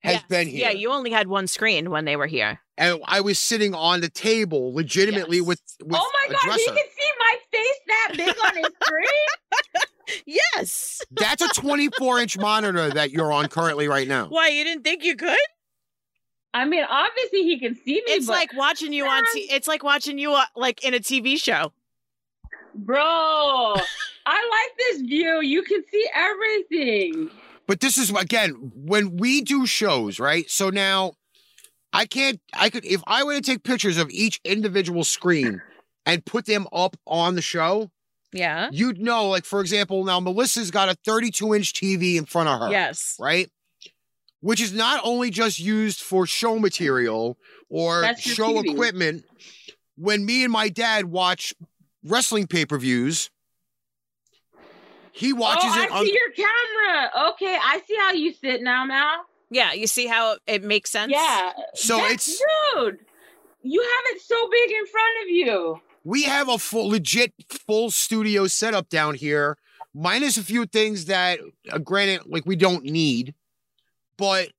has
Yes.
been here.
Yeah, you only had one screen when they were here.
and I was sitting on the table legitimately
Yes.
with, with
oh my
a
god, he
dresser.
can see my face that big on his screen.
Yes.
That's a 24 inch monitor that you're on currently right now.
Why you didn't think you could?
I mean, obviously he can see me,
It's
but
like watching you on t- it's like watching you uh, like in a TV show.
bro, I like this view. You can see everything.
But this is again when we do shows, right? So now I can't. I could if I were to take pictures of each individual screen and put them up on the show,
Yeah.
you'd know. Like for example, now Melissa's got a 32 inch TV in front of her.
Yes.
right? Which is not only just used for show material or
That's your
show
TV.
equipment. When me and my dad watch wrestling pay per views, he watches
oh,
it
I
on.
see your camera. Okay, I see how you sit now, now.
Yeah, you see how it makes sense?
Yeah.
So
that's-
it's-
dude. You have it so big in front of you.
we have a full, legit full studio setup down here, minus a few things that, uh, granted, like we don't need, but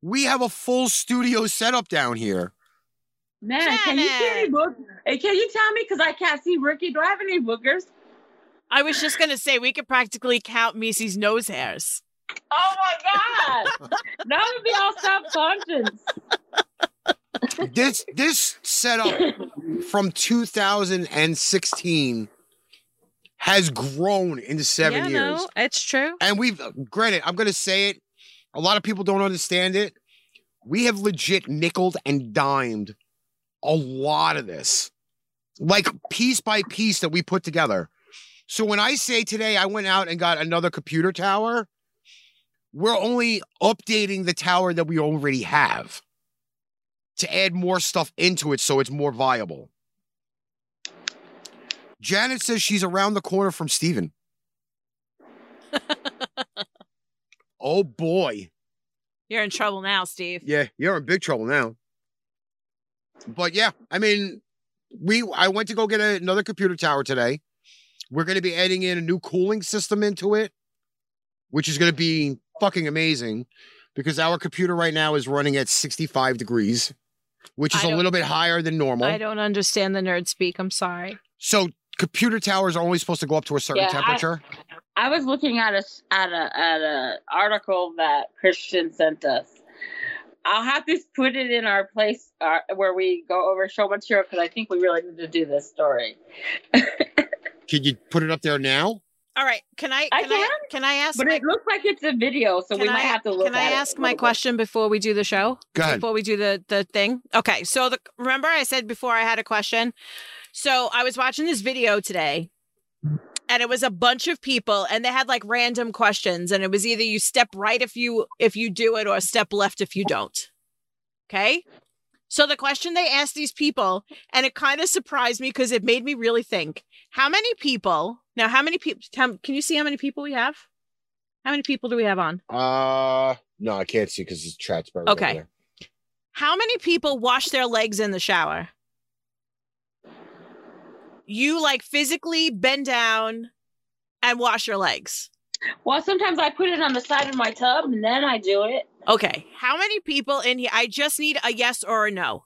we have a full studio setup down here.
Man, can you see any
Janet.
book? Hey, can you tell me? Because I can't see Ricky. Do I have any bookers?
I was just gonna say we could practically count Misi's nose hairs.
Oh my god. that would be all self-conscious.
this this setup from 2016 has grown into seven
yeah,
years.
No, it's true.
And we've, granted, I'm going to say it. A lot of people don't understand it. We have legit nickled and dimed a lot of this, like piece by piece that we put together. So when I say today I went out and got another computer tower, we're only updating the tower that we already have to add more stuff into it so it's more viable. Janet says she's around the corner from Steven. Oh boy.
You're in trouble now, Steve.
Yeah, you're in big trouble now. But yeah, I mean, we I went to go get a- another computer tower today. We're going to be adding in a new cooling system into it, which is going to be fucking amazing because our computer right now is running at 65 degrees, which is
I
a
don't-
little bit higher than
I
normal.
don't understand the nerd speak. I'm sorry.
So computer towers are only supposed to go up to a certain
Yeah, I-
temperature.
I was looking at a s- at a at a article that Christian sent us. I'll have to put it in our place uh, where we go over show material because I think we really need to do this story.
Can you put it up there now?
All right. Can I?
I
Can I,
can.
can I ask?
But
my,
it looks like it's a video, so we
Can
might
I-
have to look
can I
at it a
ask my
little bit.
question before we do the show?
Go ahead.
Before we do the the thing. Okay. So the remember I said before I had a question. So I was watching this video today. And it was a bunch of people and they had like random questions and it was either you step right if you if you do it or step left if you don't. Okay? So the question they asked these people and it kind of surprised me cuz it made me really think. How many people? Now how many people can you see how many people we have? How many people do we have on?
Uh no, I can't see because it's chat's buried over
Okay.
there.
How many people wash their legs in the shower? You like physically bend down, and wash your legs.
Well, sometimes I put it on the side of my tub and then I do it.
Okay. How many people in here? I just need a yes or a no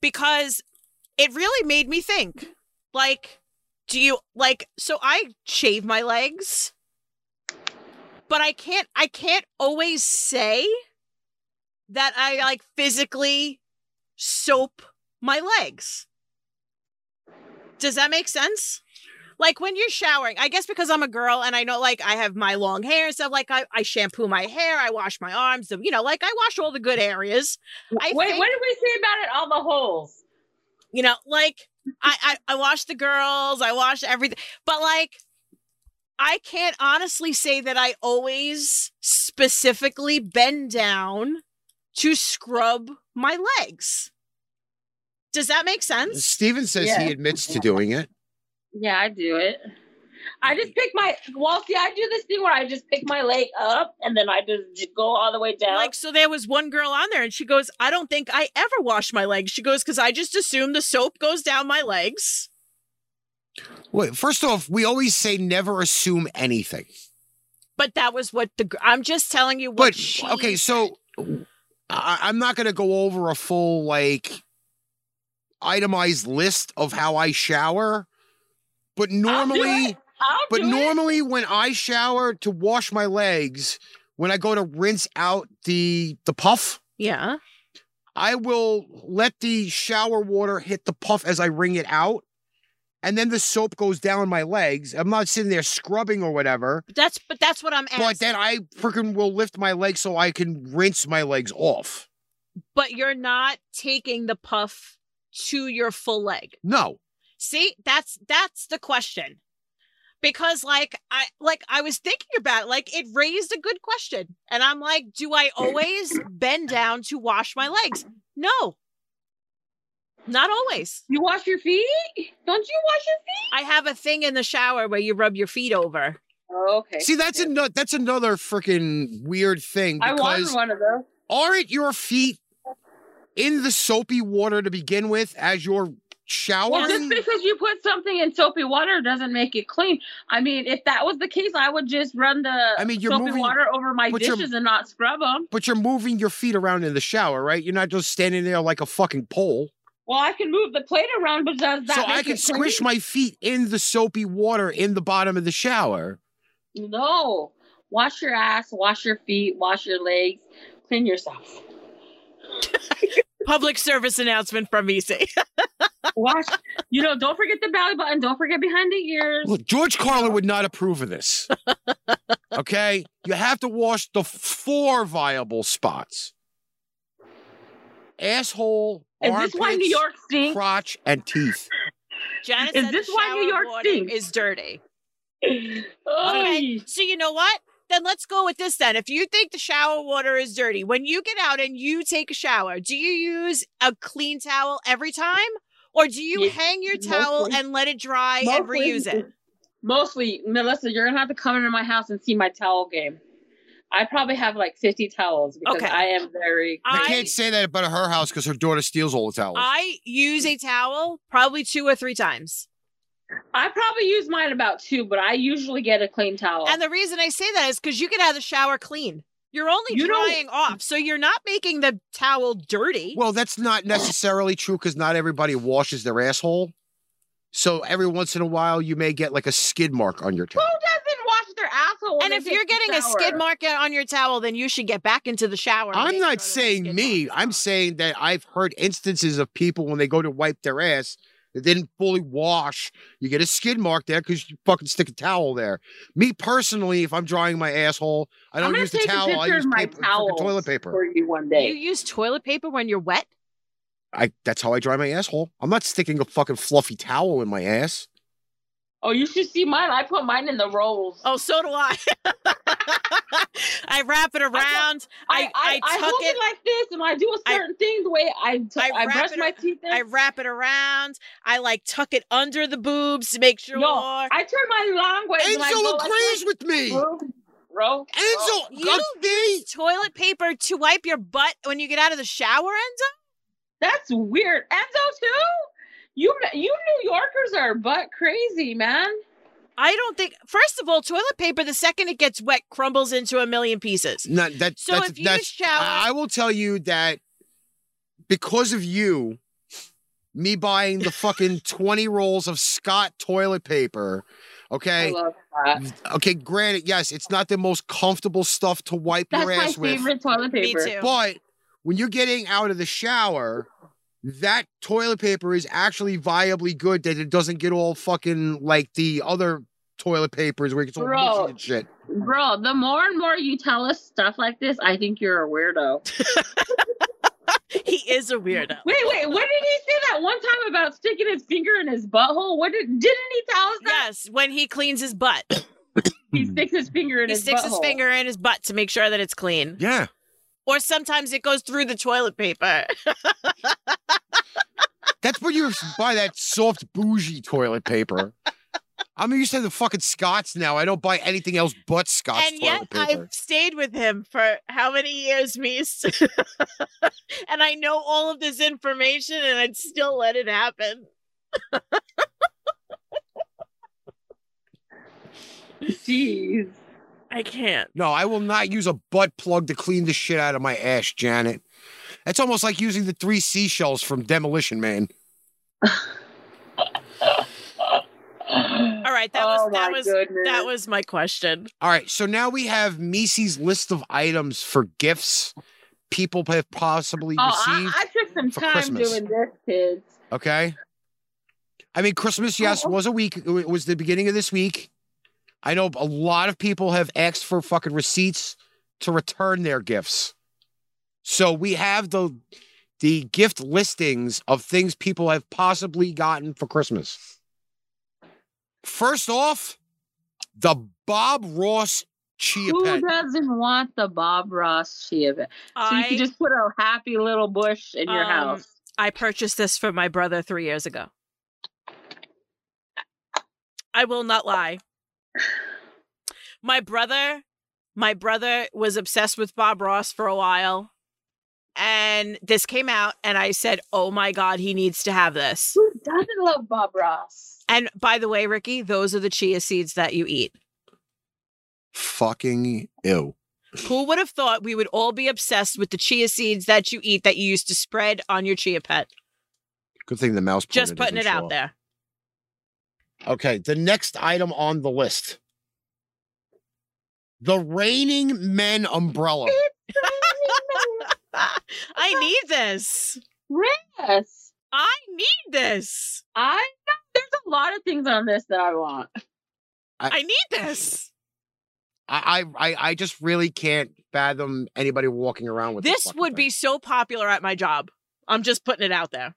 because it really made me think. Like, do you like, so I shave my legs, but I can't, I can't always say that I like physically soap my legs. Does that make sense? Like when you're showering, I guess because I'm a girl and I know like I have my long hair and stuff, like I, I shampoo my hair, I wash my arms, you know, like I wash all the good areas. I
Wait,
think-
what did we say about it? All the holes.
you know like I, I i watch the girls i watch everything but like i can't honestly say that i always specifically bend down to scrub my legs does that make sense
Steven says
Yeah.
he admits to doing it.
Yeah, I do it. I just pick my well. See, I do this thing where I just pick my leg up and then I just j- go all the way down.
like so there was one girl on there and she goes i don't think i ever wash my legs she goes because i just assume the soap goes down my legs
Wait, first off, we always say never assume anything.
but that was what the gr- i'm just telling you what
But
she
okay, so I, I'm not going to go over a full like itemized list of how I shower, but
I'll Uh, do
normally,
it. I'll
but
do it.
normally when I shower to wash my legs, when I go to rinse out the the puff,
yeah
I will let the shower water hit the puff as I wring it out. And then the soap goes down my legs. I'm not sitting there scrubbing or whatever.
but that's but that's what i'm asking
But then I freaking will lift my legs so I can rinse my legs off.
but you're not taking the puff to your full leg.
No.
See, that's that's the question. Because like I like I was thinking about it, like it raised a good question. And I'm like, do I always bend down to wash my legs? No. Not always.
You wash your feet? Don't you wash your feet?
I have a thing in the shower where you rub your feet over.
okay.
See, that's
Yeah.
another that's another freaking weird thing
I wanted
because
one of those.
aren't your feet in the soapy water to begin with as you're
Well, just
showering?
because you put something in soapy water doesn't make it clean. I mean, if that was the case, I would just run the
I mean, you're
soapy
moving-
water over my
but you're-
dishes and not scrub them.
But you're moving your feet around in the shower, right? You're not just standing there like a fucking pole.
Well, I can move the plate around, but does that
so
make
I can
it clean?
squish my feet in the soapy water in the bottom of the shower.
No. Wash your ass, wash your feet, wash your legs, clean yourself.
Public service announcement from E EC.
Wash, you know, don't forget the belly button, don't forget behind the ears.
Look, George Carlin would not approve of this. Okay, you have to wash the four viable spots: asshole,
Is this why New
armpits,
York stinks?
crotch, and teeth.
Janet
Is
said
this
the
why New
shower
York
water
stinks?
is dirty.
Oy.
So you know what? Then let's go with this then. If you think the shower water is dirty, when you get out and you take a shower, do you use a clean towel every time? Or do you
Yeah,
hang your towel
mostly.
and let it dry and
Mostly-
reuse it?
Mostly, Melissa, you're gonna have to come into my house and see my towel game. I probably have like 50 towels because
Okay.
I am very.
I,
I-
can't say that about her house because her daughter steals all the towels.
I use a towel probably two or three times.
I probably use mine about two, but I usually get a clean towel.
And the reason I say that is because you get out of the shower clean. You're only
You don't-
drying off. So you're not making the towel dirty.
well, that's not necessarily true because not everybody washes their asshole. So every once in a while, you may get like a skid mark on your
Who
towel.
doesn't wash their asshole? when
and
they
if
take
you're getting a
shower?
skid mark on your towel, then you should get back into the shower. and
I'm
make sure
not
that the
saying
skid
me.
marks are
I'm
on.
saying that I've heard instances of people when they go to wipe their ass, they didn't fully wash. You get a skid mark there because you fucking stick a towel there. Me personally, if I'm drying my asshole, I
I'm
don't
gonna
use the
take a
towel. I
picture
use
of my
paper, freaking
towel
toilet paper.
for you one
You
day.
use toilet paper when you're wet?
I that's how I dry my asshole. I'm not sticking a fucking fluffy towel in my ass.
Oh, you should see mine. I put mine in the rolls.
Oh, so do I. I wrap it around. I- I tuck
hold
it-
it like this, and I do a
I-
certain thing the way I t-
I
I
wrap
brush
it
my
ar-
teeth. In.
I wrap it around. I like tuck it under the boobs to make sure.
No, I turn my long way. and I go
Enzo
like
agrees with me.
this. Bro, bro, bro.
Enzo,
you
God damn.
Toilet paper to wipe your butt when you get out of the shower, Enzo?
That's weird. Enzo too. You you New Yorkers are butt crazy, man.
I don't think. First of all, toilet paper, the second it gets wet, crumbles into a million pieces.
No, that,
So
that's,
if you
that's,
shower-
I I will tell you that because of you, me buying the fucking 20 rolls of Scott toilet paper,
I
okay?
love that.
Okay, granted, yes, it's not the most comfortable stuff to wipe
That's
your
my
ass with.
favorite toilet
Me
paper.
too.
But when you're getting out of the shower, that toilet paper is actually viably good that it doesn't get all fucking like the other toilet papers where it gets all
Bro.
mushy and shit.
Bro, the more and more you tell us stuff like this, I think you're a weirdo.
He is a weirdo.
Wait, wait, what did he say that one time about sticking his finger in his butthole? What did didn't he tell us that?
Yes, when he cleans his butt,
He sticks his finger in
he
his
sticks his
butthole.
finger in his butt to make sure that it's clean.
Yeah.
Or sometimes it goes through the toilet paper.
That's when you buy that soft bougie toilet paper. I'm used to the fucking Scots now. I don't buy anything else but Scots
and yet
toilet paper.
I've stayed with him for how many years, Mies? and I know all of this information and I'd still let it happen.
Jeez.
I can't.
No, I will not use a butt plug to clean the shit out of my ass, Janet. That's almost like using the three seashells from Demolition Man.
That
All right, that
oh
was that
my
was
goodness.
that was my question.
All right, so now we have Macy's list of items for gifts people have possibly
Oh,
received.
I, I took some
for
time
Christmas.
doing this, kids.
Okay. I mean, Christmas, yes,
Oh.
was a week. It was the beginning of this week. I know a lot of people have asked for fucking receipts to return their gifts. So we have the the gift listings of things people have possibly gotten for Christmas. First off, the Bob Ross chia
Who
pet.
doesn't want the Bob Ross chia pet? So you
I
can just put a happy little bush in your
Um,
house.
I purchased this for my brother 3 years ago. I will not lie. My brother my brother was obsessed with Bob Ross for a while. And this came out and I said, "Oh my god, he needs to have this."
Who doesn't love Bob Ross?
And by the way, Ricky, those are the chia seeds that you eat.
Fucking ew.
Who would have thought we would all be obsessed with the chia seeds that you eat that you used to spread on your chia pet?
Good thing the mouse.
Just
pointer
putting it
doesn't show
out
up.
there.
Okay, the next item on the list. The Raining Men umbrella.
I need this.
yes.
I need this.
I there's a lot of things on this that I want.
I need this.
I, I I I just really can't fathom anybody walking around with
This
fucking
would be
thing.
so popular at my job. I'm just putting it out there.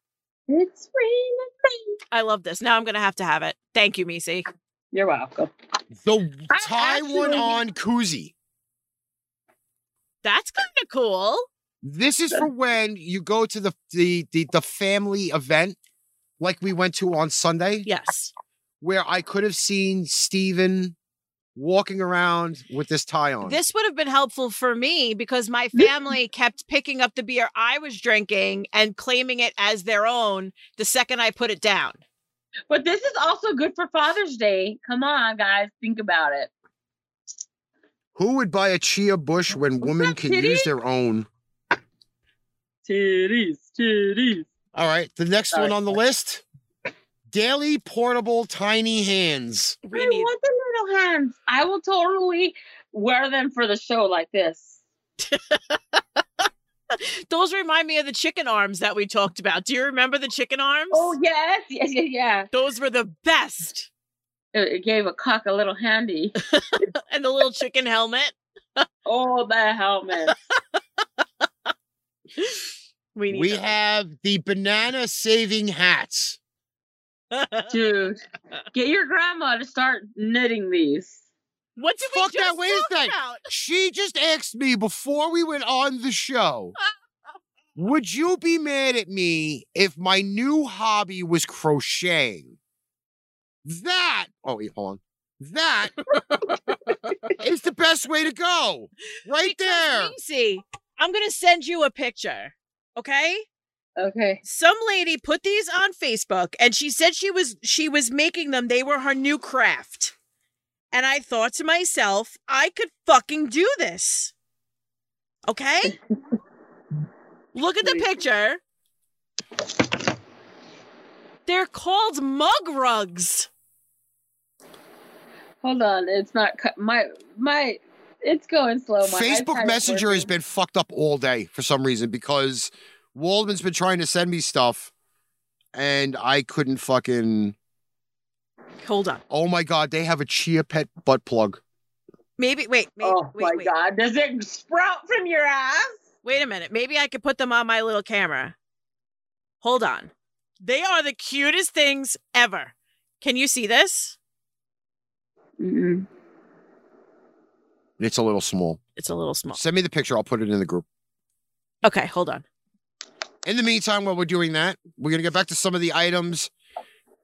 It's raining.
I love this. Now I'm going to have to have it. Thank you, Misi.
You're welcome.
the
I
Taiwan
actually-
on koozie.
That's kind of cool.
This is for when you go to the, the the the family event, like we went to on Sunday,
Yes.
where I could have seen Steven walking around with this tie on.
This would have been helpful for me because my
This-
family kept picking up the beer I was drinking and claiming it as their own the second I put it down.
But this is also good for Father's Day. Come on, guys, think about it.
Who would buy a chia bush when women
that,
can
kitty?
use their own?
Titties, titties.
All right, the next
Sorry.
one on the list: daily portable tiny hands.
We
I
need
want the little hands. I will totally wear them for the show like this.
those remind me of the chicken arms that we talked about. Do you remember the chicken arms?
Oh yes, yes, yes, yeah.
Those were the best.
It, it gave a cock a little handy.
And the little chicken helmet.
Oh, the helmet.
We need
We
those.
have the banana saving hats.
Dude, get your grandma to start knitting these.
what did
Fuck
we just
that, wait a
talk
sec.
about?
She just asked me before we went on the show. Would you be mad at me if my new hobby was crocheting? That, oh, wait, hold on. That is the best way to go. Right there.
Easy. I'm gonna send you a picture. Okay?
Okay.
some lady put these on Facebook and she said she was she was making them. They were her new craft. And I thought to myself, I could fucking do this. Okay? Look at the picture. They're called mug rugs.
Hold on, it's not cu- my my. It's going slow. My
Facebook
iPad's
Messenger has
working.
been fucked up all day for some reason because Waldman's been trying to send me stuff and I couldn't fucking.
Hold on.
Oh my God, they have a Chia Pet butt plug.
Maybe wait, maybe
oh
wait,
my
wait.
god! Does it sprout from your ass?
Wait a minute. Maybe I could put them on my little camera. Hold on. They are the cutest things ever. Can you see this?
Mm-mm.
It's a little small.
It's a little small.
Send me the picture. I'll put it in the group.
Okay, hold on.
In the meantime, while we're doing that, we're gonna get back to some of the items.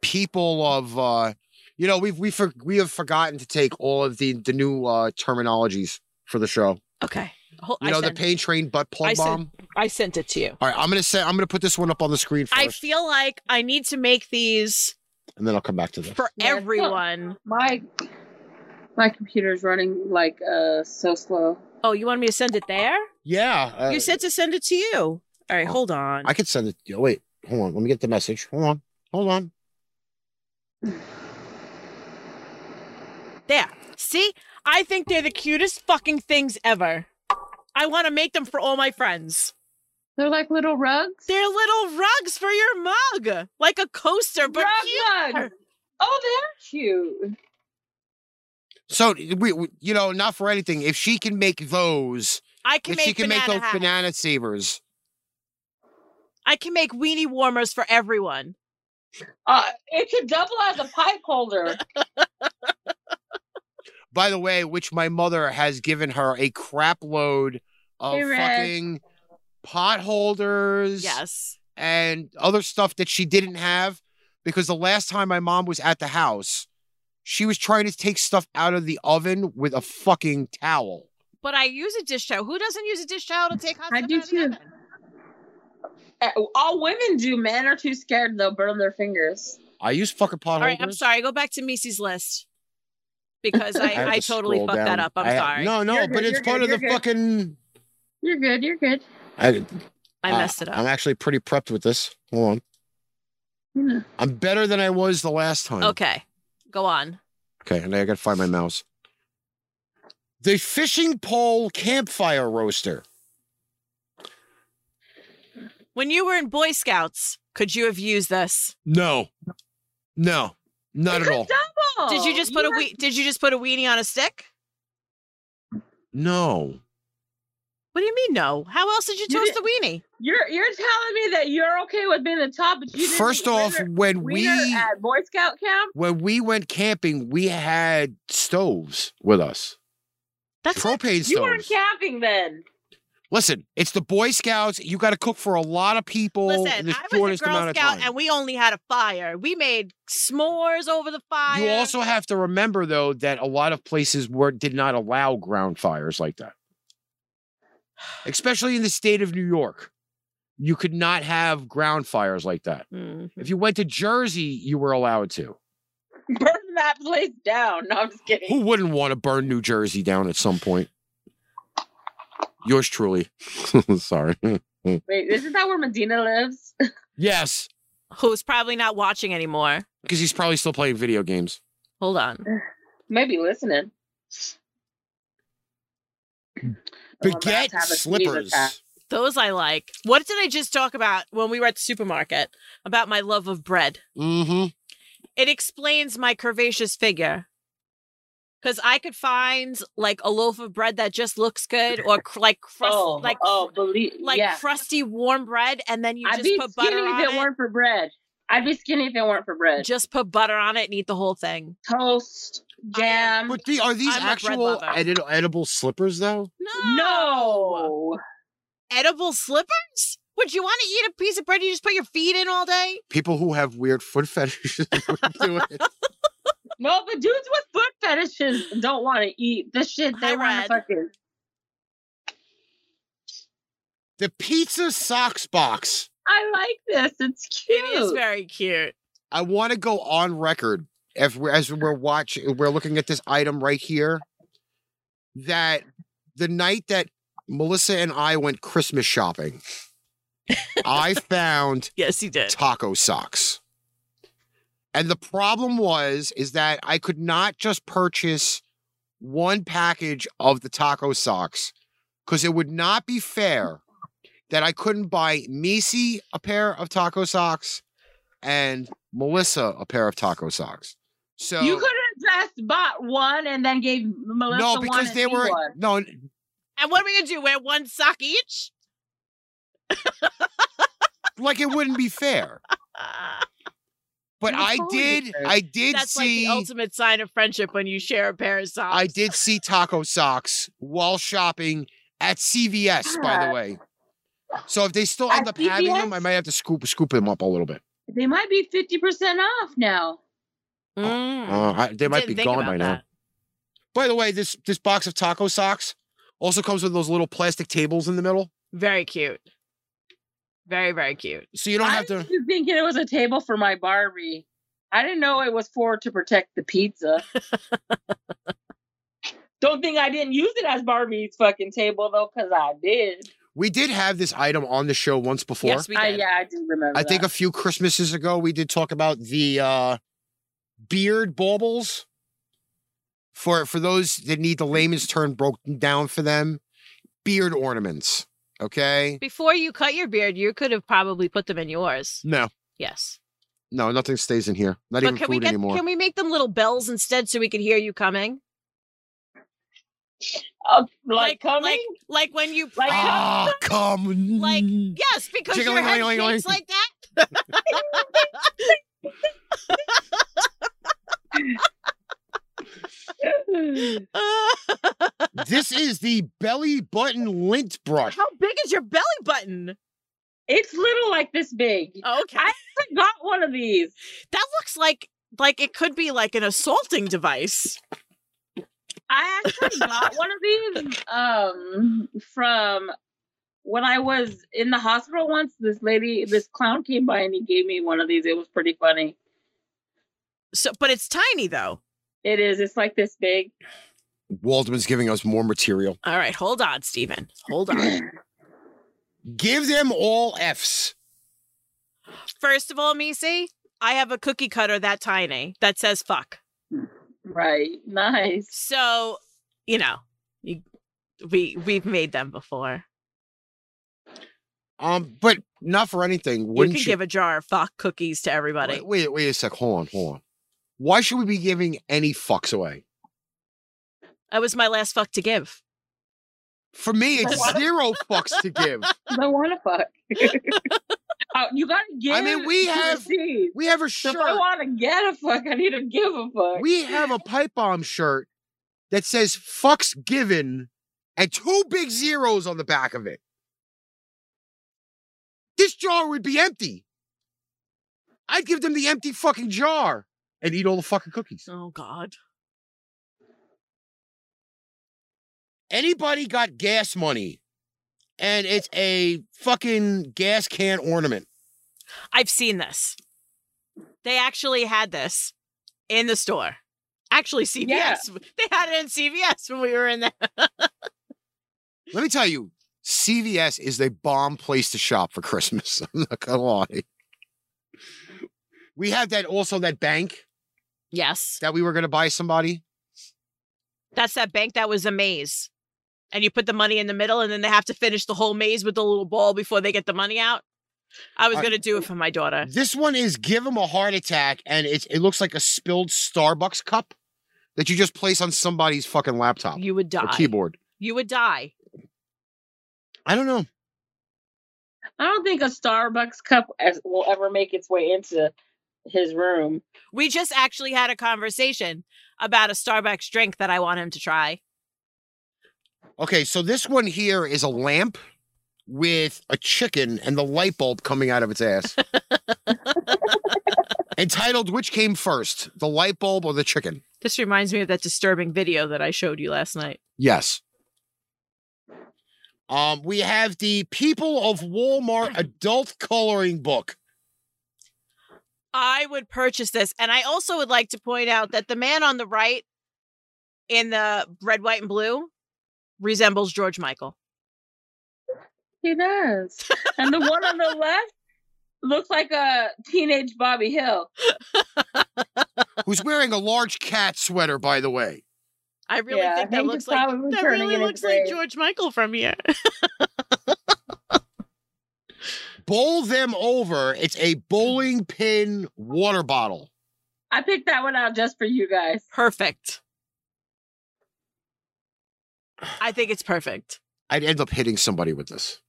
People of, uh, you know, we've we for, we have forgotten to take all of the the new uh, terminologies for the show.
Okay. Hold,
You
I,
know, the
sent,
pain train butt plug
I
bomb.
sent- I sent it to you.
All right, I'm gonna say I'm gonna put this one up on the screen first,
I feel like I need to make these
and then I'll come back to this.
for
Yeah, it's not-
everyone.
My my computer's running like uh so slow.
Oh, you want me to send it there?
Yeah, uh, Oh,
you said to send it to you. All right, hold on.
I could send it. oh, Wait, hold on. Let me get the message. Hold on. Hold on.
there. See? I think they're the cutest fucking things ever. I want to make them for all my friends.
They're like little rugs.
They're little rugs for your mug, like a coaster, but cute.
Rug rugs. Oh, they're cute.
So we, we, you know, not for anything. If she can make those,
I can
if
make
she can
banana
make those
hats.
banana savers.
I can make weenie warmers for everyone.
Uh, it could double as a pipe holder.
by the way, which my mother has given her a crap load of
Hey, Rick.
fucking pot holders
Yes.
and other stuff that she didn't have because the last time my mom was at the house, she was trying to take stuff out of the oven with a fucking towel.
But I use a dish towel. Who doesn't use a dish towel to take hot
I
stuff
do
out of the
too.
oven?
Uh, All women do. Men are too scared. They'll burn their fingers.
I use fucking pot
All right,
holders.
I'm sorry. Go back to Macy's list because I,
I have
I,
to
totally
scroll
fucked
down.
that up. I'm
I-
sorry.
No, no,
You're
but
good,
it's
you're
part
good,
of the
you're good.
fucking.
You're good. You're good.
I,
I
uh,
messed it up.
I'm actually pretty prepped with this. Hold on.
You know.
I'm better than I was the last time.
okay, go on.
Okay, and I gotta find my mouse. The fishing pole campfire roaster.
When you were in Boy Scouts, could you have used this?
No, no, not
It
at
could
all.
Double.
Did you just put a
have-
we- Did you just put a weenie on a stick?
No,
What do you mean no? How else did you
You
toast a weenie?
You're you're telling me that you're okay with being the top, but you didn't
first
win
off,
or-
when
We
we
are at Boy Scout camp.
when we went camping, we had stoves with us,
That's not
propane
You weren't
stoves.
camping then.
Listen, it's the Boy Scouts. You got to cook for a lot of people in
Listen,
the
I was
shortest
a Girl
amount of
Scout
time.
and we only had a fire. We made s'mores over the fire.
you also have to remember though that a lot of places were did not allow ground fires like that. Especially in the state of New York. You could not have ground fires like that.
Mm.
Mm-hmm.
If you went to Jersey, you were allowed to.
Burn that place down. No, I'm just kidding.
Who wouldn't want to burn New Jersey down at some point? Yours truly. Sorry.
Wait, isn't that where Medina lives?
yes,
Who's probably not watching anymore.
because he's probably still playing video games.
Hold on.
Maybe listening. I'm about to
Baguette
have a sneeze
slippers.
attack.
Those I like. What did I just talk about when we were at the supermarket? About my love of bread.
Mm-hmm.
It explains my curvaceous figure. Because I could find like a loaf of bread that just looks good or cr- like crust,
Oh,
like,
oh, believe,
like
yeah.
crusty warm bread and then you
I'd
just
be
put butter
skinny
on
if it,
it.
weren't for bread. I'd be skinny if it weren't for bread.
Just put butter on it and eat the whole thing.
Toast, jam.
But the, are these
I'm a bread
actual
lover.
edi- edible slippers though?
No.
no.
edible slippers? Would you want to eat a piece of bread you just put your feet in all day?
people who have weird foot fetishes would do it.
No, but dudes with foot fetishes don't want to eat the shit
Hi,
they want
Red.
to fucking.
The pizza socks box.
I like this. It's cute.
It is very cute.
I want to go on record if we're, as we're watching, we're looking at this item right here. That the night that Melissa and I went Christmas shopping, I found
Yes, you did.
taco socks. And the problem was is that I could not just purchase one package of the taco socks because it would not be fair that I couldn't buy Misi a pair of taco socks and Melissa a pair of taco socks. So
you could have just bought one and then gave Melissa
no,
one
because
and
they
me
were
one.
no
And what are we gonna do? Wear one sock each?
like it wouldn't be fair.
Ah,
But
No,
I
totally
did
fair.
I did
that's
see
like the ultimate sign of friendship when you share a pair of socks.
I did see taco socks while shopping at CVS, by
Ah.
the
Yeah.
way. So if they still
At
end up having them, I
CVS?
might have to scoop scoop them up a little bit.
They might be fifty percent off now.
Mm.
Uh, I- they might
Didn't
be
think
gone
about
by now.
that.
By the way, this this box of taco socks also comes with those little plastic tables in the middle,
Very cute. Very very cute.
so you don't
I
have to.
was just thinking it was a table for my Barbie. I didn't know it was for to protect the pizza. Don't think I didn't use it as Barbie's fucking table though, because I did.
We did have this item on the show once before.
Yes, we
I,
did.
yeah, I do remember.
I think a few Christmases ago we did talk about the uh, beard baubles for for those that need the layman's term broken down for them. Beard ornaments, okay?
Before you cut your beard, you could have probably put them in yours.
No,
Yes.
no, nothing stays in here. Not even
but can
food
we get
anymore.
can we make them little bells instead so we can hear you coming?
Uh, like, coming.
Like like when you
Like
pray.
how-
Ah, come.
Like- yes, because your
Jiggling,
head
oing, oing,
shakes
oing.
like that.
this is the belly button lint brush.
How big is your belly button?
it's little like this big.
Okay.
I actually got one of these.
that looks like like it could be like an assaulting device.
I actually got one of these um from when I was in the hospital once. This lady, this clown came by and he gave me one of these. It was pretty funny.
So but it's tiny though.
It is. It's like this big.
Waldman's giving us more material.
All right, hold on, Steven. Hold on.
Give them all F's.
First of all, Misi, I have a cookie cutter that tiny that says fuck.
Right. Nice.
So, you know, you, we we've made them before.
Um, but not for anything. Wouldn't
you
you
can give a jar of fuck cookies to everybody.
Wait, wait, wait a sec. Hold on, hold on. Why should we be giving any fucks away?
That was my last fuck to give.
For me,
But
it's
why-
zero fucks to give.
I want to fuck. Uh, you gotta get.
I mean, we have- We have a
So if I
shirt.
want to get a fuck, I need to give a fuck.
We have a pipe bomb shirt that says "fucks given" and two big zeros on the back of it. This jar would be empty. I'd give them the empty fucking jar and eat all the fucking cookies.
Oh God.
Anybody got gas money? And it's a fucking gas can ornament.
I've seen this. They actually had this in the store. Actually, CVS.
Yeah.
They had it in CVS when we were in there.
Let me tell you, CVS is the bomb place to shop for Christmas. I'm not gonna lie. We have that also that bank
Yes.
that we were gonna buy somebody.
That's that bank that was a maze. And you put the money in the middle, and then they have to finish the whole maze with the little ball before they get the money out. I was
I-
going to do it for my daughter.
This one is give him a heart attack, and it's it looks like a spilled Starbucks cup that you just place on somebody's fucking laptop
You would
or
die.
keyboard.
You would die.
I don't know.
I don't think a Starbucks cup as, will ever make its way into his room.
We just actually had a conversation about a Starbucks drink that I want him to try.
Okay, so this one here is a lamp with a chicken and the light bulb coming out of its ass. Entitled Which Came First, the light bulb or the chicken?
This reminds me of that disturbing video that I showed you last night.
Yes. Um, we have the People of Walmart adult coloring book.
I would purchase this. And I also would like to point out that the man on the right in the red, white, and blue resembles George Michael.
He does. And the one on the left looks like a teenage Bobby Hill.
Who's wearing a large cat sweater, by the way.
I really
Yeah, I
think that
think
looks
it's
like
probably
that
turning
really
into
looks like
gray.
George Michael from here.
Bowl them over. It's a bowling pin water bottle.
I picked that one out just for you guys.
Perfect. I think it's perfect.
I'd end up hitting somebody with this.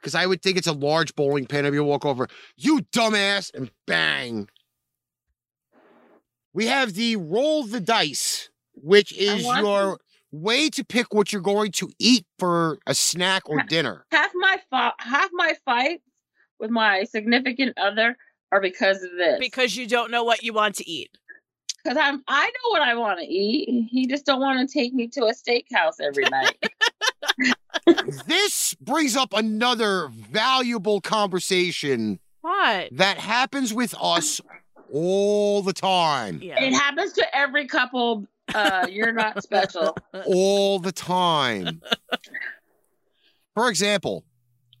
Because I would think it's a large bowling pin. If you walk over, you dumbass, and bang. We have the roll the dice, which is
want
your way to pick what you're going to eat for a snack or dinner.
Half my fo- half my fights with my significant other are because of this.
Because you don't know what you want to eat.
Because I'm I know what I want to eat. He just don't want to take me to a steakhouse every night.
this brings up another valuable conversation
What?
that happens with us all the time.
It
Yeah.
happens to every couple. Uh, you're not special.
All the time. For example,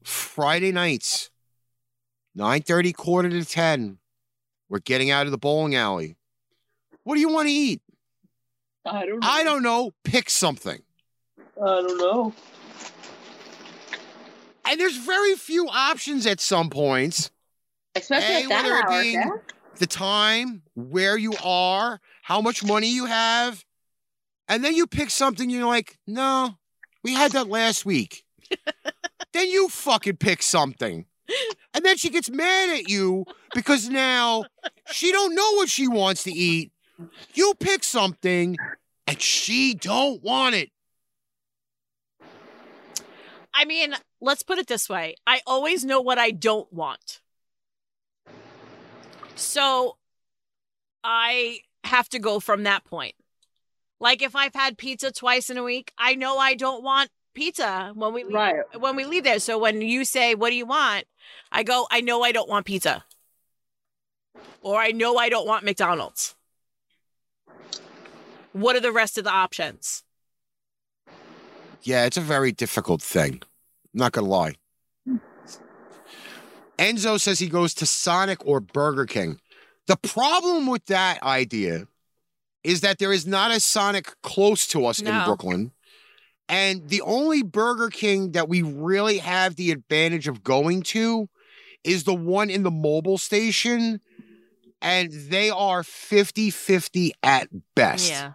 Friday nights, 9:30, quarter to 10. We're getting out of the bowling alley. What do you want to eat?
I don't. Know.
I don't know. Pick something.
I don't know.
And there's very few options at some points.
Especially
Hey,
at that
whether it
hour.
being-
yeah?
the time, where you are, how much money you have. And then you pick something you're like, no, we had that last week. then you fucking pick something. And then she gets mad at you because now she don't know what she wants to eat. You pick something and she don't want it.
I mean, let's put it this way. I always know what I don't want. So I have to go from that point. Like if I've had pizza twice in a week, I know I don't want pizza when we leave,
Right.
when we leave there. So when you say, "What do you want?" I go, "I know I don't want pizza." Or I know I don't want McDonald's. What are the rest of the options?
Yeah, it's a very difficult thing. Not gonna lie. Enzo says he goes to Sonic or Burger King. The problem with that idea is that there is not a Sonic close to us in
No.
Brooklyn. And the only Burger King that we really have the advantage of going to is the one in the mobile station. And they are 50 50 at best
Yeah.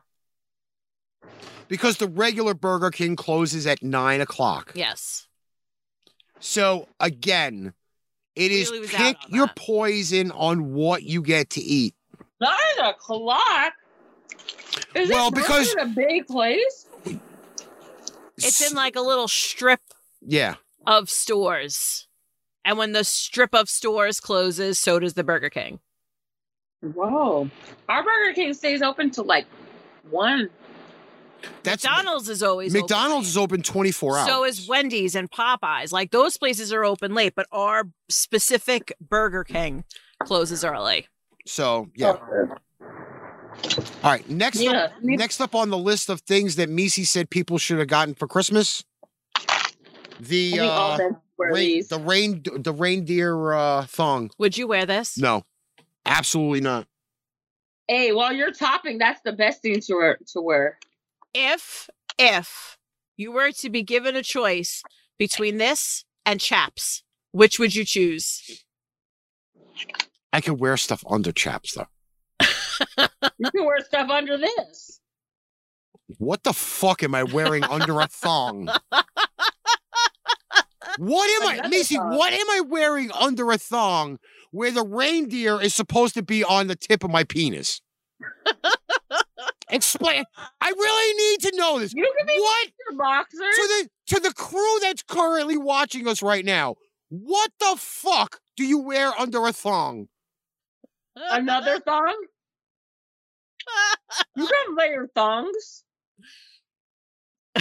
because the regular Burger King closes at nine o'clock.
Yes.
So again, it is
Really was out
pick
on
your
that.
poison on what you get to eat.
Nine o'clock.
Well,
Is well,
because-
because a big place.
It's
S-
in like a little strip
yeah,
of stores. And when the strip of stores closes, so does the Burger King.
Whoa, our Burger King stays open till like one.
that's
McDonald's is always open
McDonald's
late.
is open twenty four hours.
So is Wendy's and Popeyes. Like those places are open late, but our specific Burger King closes early.
So yeah.
Oh.
All right. Next
Yeah.
up, next up on the list of things that Misi said people should have gotten for Christmas,
I
the
think all
uh,
beds wear
rain,
these.
the rain the reindeer uh, thong.
Would you wear this?
No, absolutely not.
Hey, while you're topping, that's the best thing to wear. To wear.
If if you were to be given a choice between this and chaps, which would you choose?
I could wear stuff under chaps though.
You can wear stuff under this.
What the fuck am I wearing under a thong? What am I,
Another
Macy?
thong.
What am I wearing under a thong where the reindeer is supposed to be on the tip of my penis? Explain. I really need to know this.
You can be
What
your boxers.
to the to the crew that's currently watching us right now? What the fuck do you wear under a thong?
Another thong. You can wear your thongs.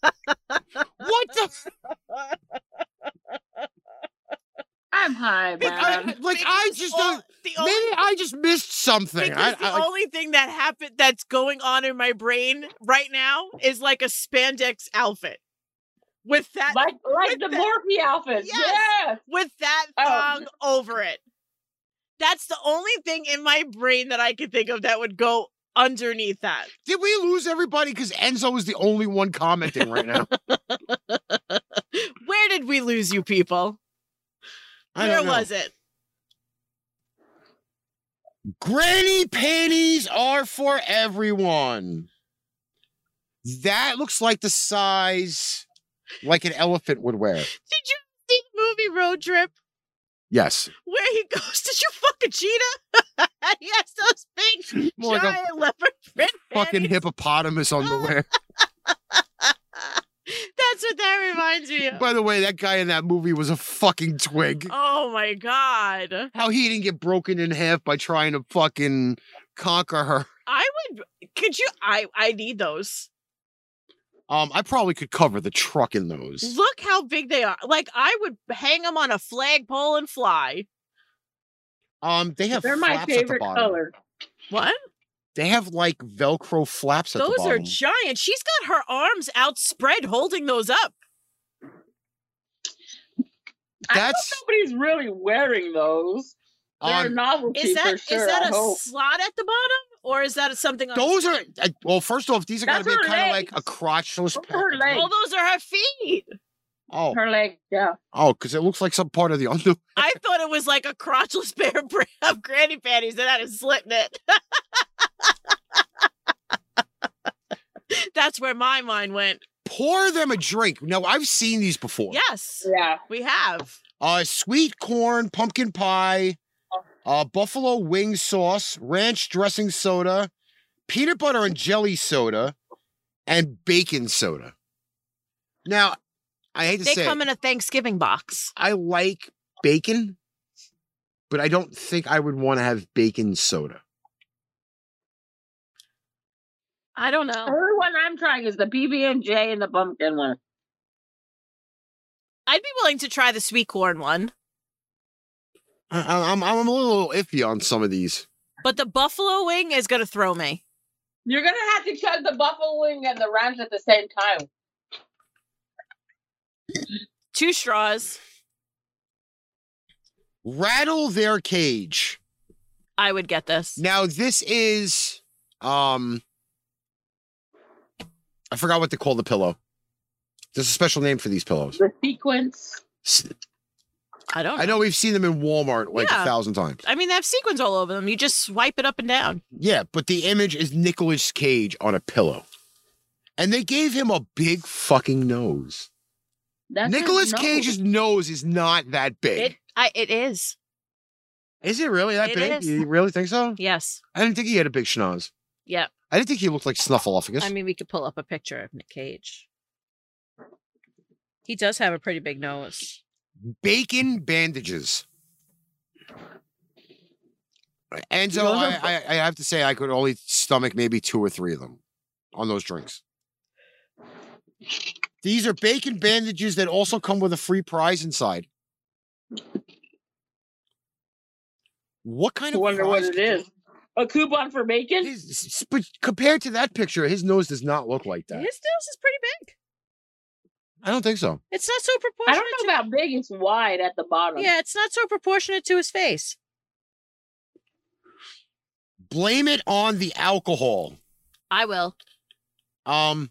What the?
I I'm high,
I,
man.
like I
Because
just
all-
don't.
the
Maybe
only,
I just missed something. I,
because
I,
the only thing that happened that's going on in my brain right now is like a spandex outfit with that
Like like the
the-
Morphe outfit.
Yes.
Yes.
with that
Oh.
thong over it. That's the only thing in my brain that I could think of that would go underneath that.
did we lose everybody? Because Enzo is the only one commenting right now.
Where did we lose you people?
I
Where
don't know.
was it?
Granny panties are for everyone. That looks like the size like an elephant would wear.
Did you see the movie Road Trip
Yes.
where he goes to you fucking cheetah? and he has those big
More like a
giant leopard print
Fucking
panties.
hippopotamus underwear.
That's what that reminds me of.
By the way, that guy in that movie was a fucking twig.
oh my god.
How he didn't get broken in half by trying to fucking conquer her.
I would could you I I need those.
Um, I probably could cover the truck in those.
Look how big they are. Like I would hang them on a flagpole and fly.
Um, they have
They're my
flaps at the
favorite
bottom.
color.
What?
They have like Velcro flaps at the
Those
bottom.
are giant. She's got her arms outspread holding those up.
That's
Nobody's really wearing those. They're a
um,
novelty
Is that
for
is
sure.
that
I
a
hope.
slot at the bottom or is that something on
Those are uh, well. First off, these are going to
That's
be
her
kind of like a
legs.
crotchless.
Those
pa-
are her legs.
Oh, those are her feet.
Oh,
Her leg, yeah.
oh, because it looks like some part of the under.
I thought it was like a crotchless pair of bra- of granny panties that had a slit in it. That's where my mind went.
Pour them a drink. Now I've seen these before.
Yes,
Yeah.
we have.
Uh, sweet corn, pumpkin pie,
Oh.
uh, buffalo wing sauce, ranch dressing soda, peanut butter and jelly soda, and bacon soda. Now, I hate to
They
say, it,
come in a Thanksgiving box.
I like bacon, but I don't think I would want to have bacon soda.
I don't
The
know.
only one I'm trying is the PB and J and the pumpkin one.
I'd be willing to try the sweet corn one,
I, I- I'm I'm a little iffy on some of these.
but the buffalo wing is going to throw me.
You're gonna have to chug the buffalo wing and the ranch at the same time.
Two straws.
Rattle their cage.
I would get this.
Now this is um I forgot what they call the pillow. There's a special name for these pillows.
The sequence.
S-
I don't.
I
Know.
know we've seen them in Walmart like
Yeah.
a thousand times.
I mean, they have sequins all over them. You just swipe it up and down.
Yeah, but the image is Nicolas Cage on a pillow. And they gave him a big fucking nose.
That's
Nicolas
his
Cage's nose is not that big.
It. I. It is.
Is it really that
It
big?
is.
You really think so?
Yes.
I didn't think he had a big schnoz.
Yep.
I didn't think he looked like Snuffleupagus.
I mean, we could pull up a picture of Nick Cage. He does have a pretty big nose.
bacon bandages. And so
Those
I,
are-
I, I have to say I could only stomach maybe two or three of them on those drinks. These are bacon bandages that also come with a free prize inside. What kind
nose. I
of
wonder what
prize
it
could you-
is. A coupon for bacon?
His- s- but compared to that picture, his nose does not look like
His
that.
nose is pretty big.
I don't think so.
It's not so
I
proportionate.
don't know about big, it's wide at the bottom.
to, yeah, it's not so proportionate to his face.
Blame it on the alcohol.
I will.
Um,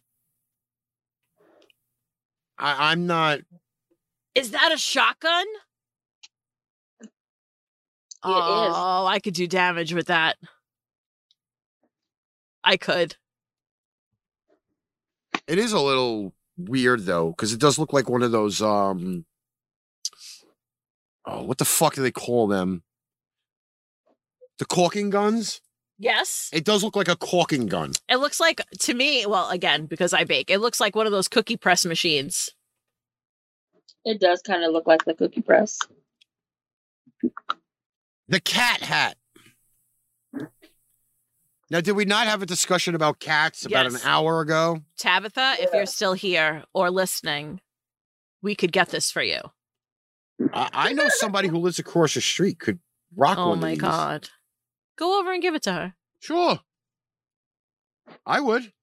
I, I'm not.
Is that a shotgun?
It is.
oh, I could do damage with that. I could.
It is a little weird though, because it does look like one of those. Um, oh, what the fuck do they call them? The caulking guns.
Yes.
It does look like a caulking gun.
It looks like to me, well, again, because I bake, it looks like one of those cookie press machines.
It does kind of look like the cookie press.
The cat hat. Now, did we not have a discussion about cats about
Yes.
an hour ago?
Tabitha, if
Yeah.
you're still here or listening, we could get this for you.
I, I know somebody who lives across the street could rock one.
Oh
of
my
these.
god. Go over and give it to her.
Sure. I would.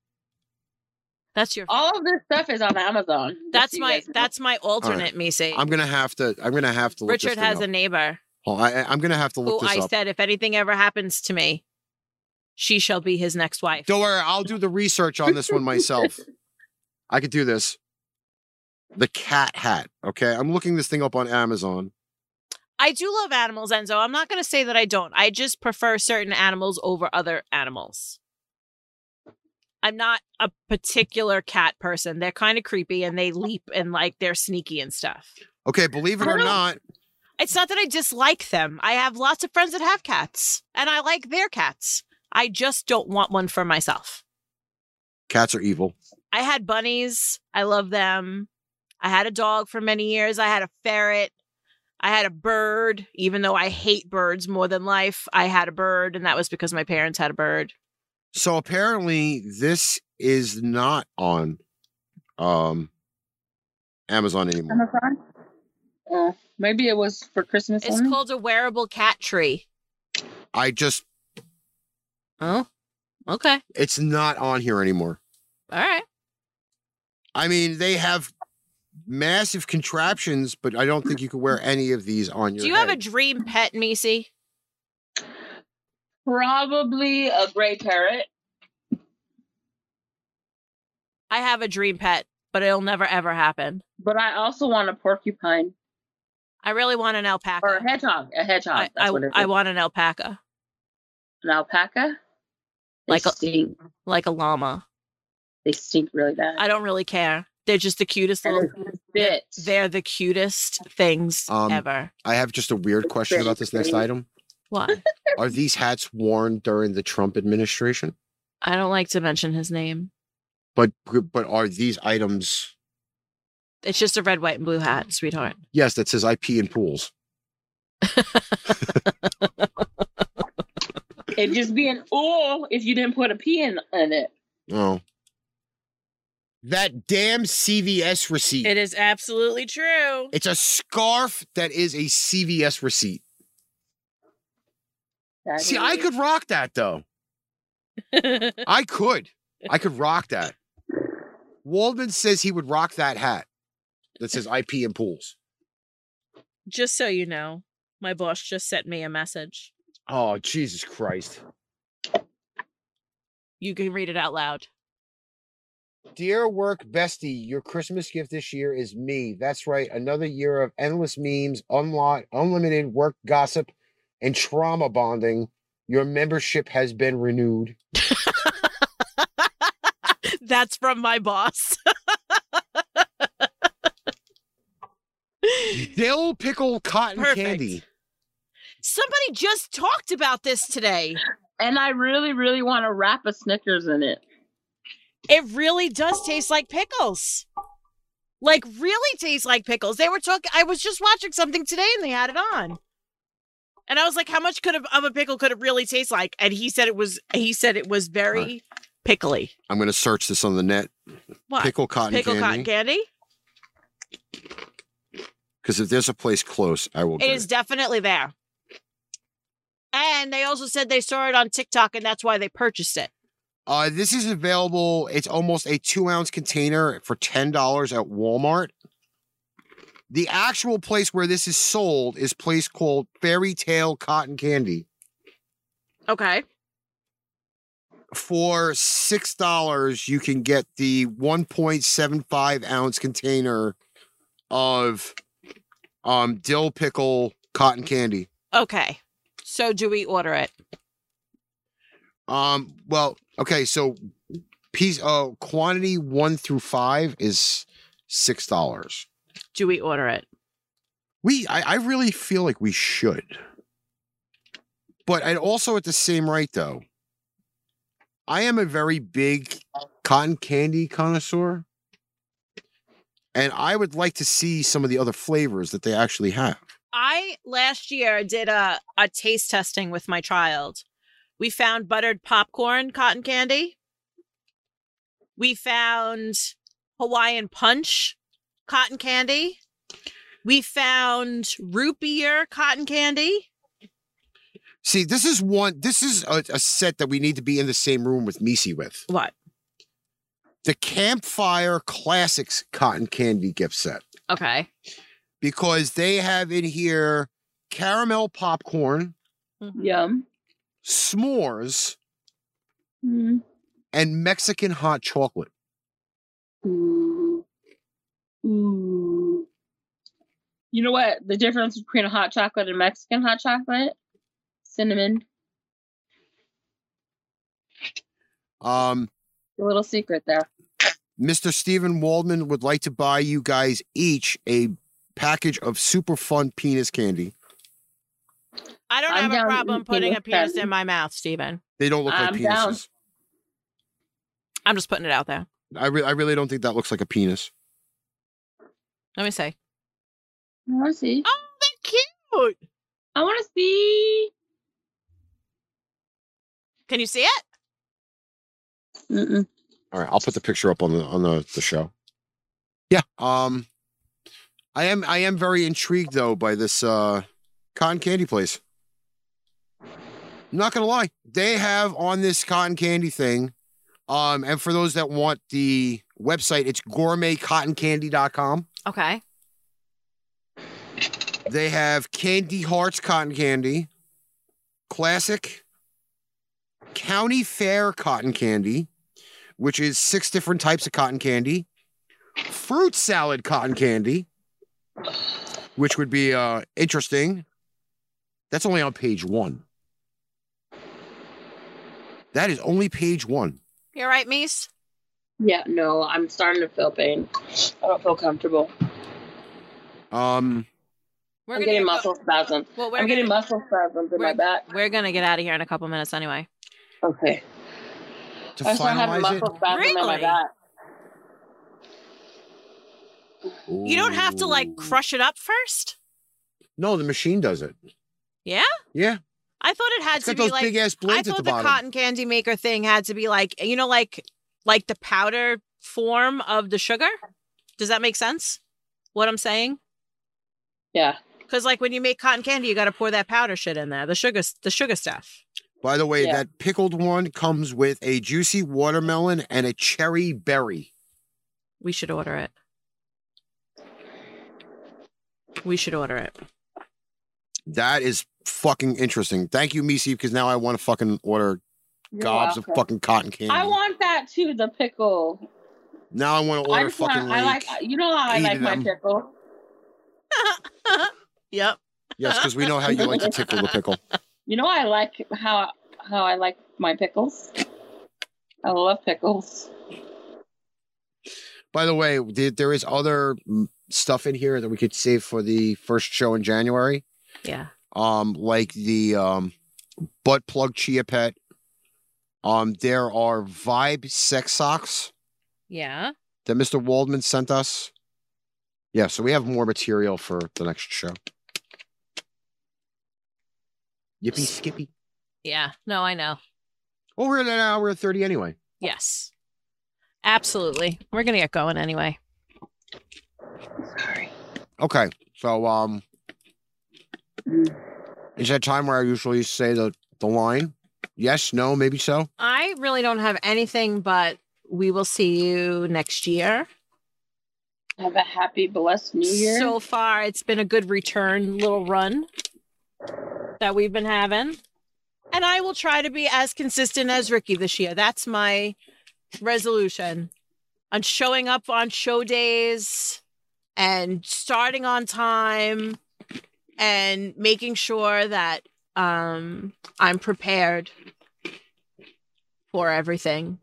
That's your
All of this stuff is on Amazon. just so
That's
you
my
guys know.
that's my alternate Missy.
I'm gonna have to. I'm gonna have to. Look
Richard
this thing
has
up.
a neighbor
Oh, I, I'm gonna have to
who
look this
Oh, I
up.
said if anything ever happens to me, she shall be his next wife.
Don't worry, I'll do the research on this one myself. I could do this. The cat hat. Okay, I'm looking this thing up on Amazon.
I do love animals, Enzo. I'm not going to say that I don't. I just prefer certain animals over other animals. I'm not a particular cat person. They're kind of creepy and they leap and like they're sneaky and stuff.
Okay, believe it
I
or
don't-
not,
It's not that I dislike them. I have lots of friends that have cats and I like their cats. I just don't want one for myself.
cats are evil.
I had bunnies. I love them. I had a dog for many years. I had a ferret. I had a bird, even though I hate birds more than life. I had a bird, and that was because my parents had a bird.
So apparently, this is not on um Amazon anymore.
Amazon. Uh, maybe it was for Christmas.
It's
only?
called a wearable cat tree.
I just,
Oh, okay.
it's not on here anymore.
All right.
I mean, they have massive contraptions, but I don't think you could wear any of these on your.
Do you have a dream pet, Misi?
probably a gray parrot.
I have a dream pet, but it'll never, ever happen.
But I also want a porcupine
I really want an alpaca.
or a hedgehog. A hedgehog.
I,
that's
I-
what it is.
I want an alpaca,
an alpaca. They
Like a-
stink.
like a llama.
They stink really bad.
I don't really care. They're just the cutest little
and it's bit.
They're the cutest things
Um,
ever.
I have just a weird question about this next item.
Why?
Are these hats worn during the Trump administration?
I don't like to mention his name.
But but are these items?
It's just a red, white, and blue hat, sweetheart.
Yes, that says IP in pools.
It'd just be an oil if you didn't put a P in, in it.
Oh, that damn CVS receipt.
is absolutely true.
It's a scarf that is a CVS receipt.
That
See, I
is-
could rock that though. I could. I could rock that. Waldman says he would rock that hat that says IP in pools.
just so you know, my boss just sent me a message.
Oh, Jesus Christ.
You can read it out loud.
Dear work bestie, your Christmas gift this year is me. That's right. Another year of endless memes, unlock, unlimited work gossip, and trauma bonding. Your membership has been renewed.
That's from my boss.
Dill pickle cotton
Perfect.
candy.
Somebody just talked about this today.
And I really, really want to wrap a Snickers in it.
It really does taste like pickles. Like really tastes like pickles. They were talking I was just watching something today and they had it on. And I was like, how much could a, of a pickle could it really taste like? And he said it was he said it was very pickly.
I'm going to search this on the net.
What?
Pickle cotton
Pickle cotton candy?
Because if there's a place close, I will
It is definitely there. And they also said they saw it on TikTok and that's why they purchased it.
Uh, this is available. It's almost a two ounce container for ten dollars at Walmart. The actual place where this is sold is a place called Fairy Tale Cotton Candy
Okay.
for six dollars. You can get the one point seven five ounce container of um dill pickle cotton candy.
Okay. So do we order it?
Um. Well, okay. So, piece. Uh, quantity one through five is six dollars.
Do we order it?
We. I, I really feel like we should. But I also at the same rate though. I am a very big cotton candy connoisseur. And I would like to see some of the other flavors that they actually have.
I last year did a, a taste testing with my child. We found buttered popcorn cotton candy. We found Hawaiian punch cotton candy. We found root beer cotton candy.
See, this is one. This is a, a set that we need to be in the same room with Misi with
What?
the Campfire Classics Cotton Candy gift set
Okay.
because they have in here caramel popcorn,
Hmm.
Yum.
s'mores,
Mm.
and Mexican hot chocolate.
Ooh. Ooh. You know what? The difference between a hot chocolate and Mexican hot chocolate? Cinnamon.
Um,
A little secret there.
Mr. Steven Waldman would like to buy you guys each a package of super fun penis candy.
I don't
I'm
have
down
a
to
problem
eat
putting a
penis
penis
candy.
in my mouth, Steven.
They don't look like
I'm
penises.
down.
I'm just putting it out there.
I, re- I really don't think that looks like a penis.
Let me see.
I want to see.
Oh, they're cute.
I want to see.
Can you see it?
Mm-mm.
All right, I'll put the picture up on the on the, the show. Yeah. Um I am I am very intrigued though by this uh cotton candy place. Not gonna lie. They have on this cotton candy thing. Um, and for those that want the website, it's gourmetcottoncandy.com.
Okay.
They have Candy Hearts Cotton Candy, Classic, County Fair Cotton Candy, which is six different types of cotton candy, Fruit Salad Cotton Candy, which would be uh, interesting. That's only on page one. That is only page one.
You're right, Mies.
Yeah, no, I'm starting to feel pain. I don't feel comfortable.
Um,
We're
I'm
gonna
getting
get-
muscle spasms.
Well, we're
I'm getting
gonna,
muscle spasms in my
We're-
back.
we're gonna get out of here in a couple minutes anyway.
Okay.
to
I start having
finalize it,
muscle spasms in my
Really?
back.
You don't have to like
Ooh.
crush it up first.
No, the machine does it.
Yeah?
Yeah.
I thought it had
It's
to
got
be
those
like
big ass
I
blades at
thought
the
the,
bottom.
cotton candy maker thing had to be like you know like like the powder form of the sugar. Does that make sense? What I'm saying?
Yeah.
Because like when you make cotton candy, you got to pour that powder shit in there, the sugar, the sugar stuff.
By the way,
Yeah.
that pickled one comes with a juicy watermelon and a cherry berry.
We should order it. We should order it.
That is fucking interesting. Thank you, Misi, because now I want to fucking order
You're
gobs
welcome.
of fucking cotton candy.
I want that too, the pickle.
now I want to
I
order
just
fucking
want, I like,
like.
you know how I
Eat
like my
them.
pickle?
Yep.
yes, because we know how you like to tickle the pickle.
You know I like how how I like my pickles? I love pickles.
By the way, th- there is other mm, stuff in here that we could save for the first show in January.
Yeah.
um like the um butt plug chia pet um there are vibe sex socks
Yeah.
that mr waldman sent us yeah so we have more material for the next show yippee skippy
Yeah. No, I know.
oh we're at an hour and 30 anyway
Yes. Absolutely. We're gonna get going anyway.
Sorry.
okay so um
Mm.
is that time where i usually say the the line yes no maybe so
I really don't have anything, but we will see you next year.
Have a happy, blessed new year.
So far, it's been a good return little run that we've been having. And I will try to be as consistent as Ricky this year. That's my resolution on showing up on show days and starting on time and making sure that um, I'm prepared for everything.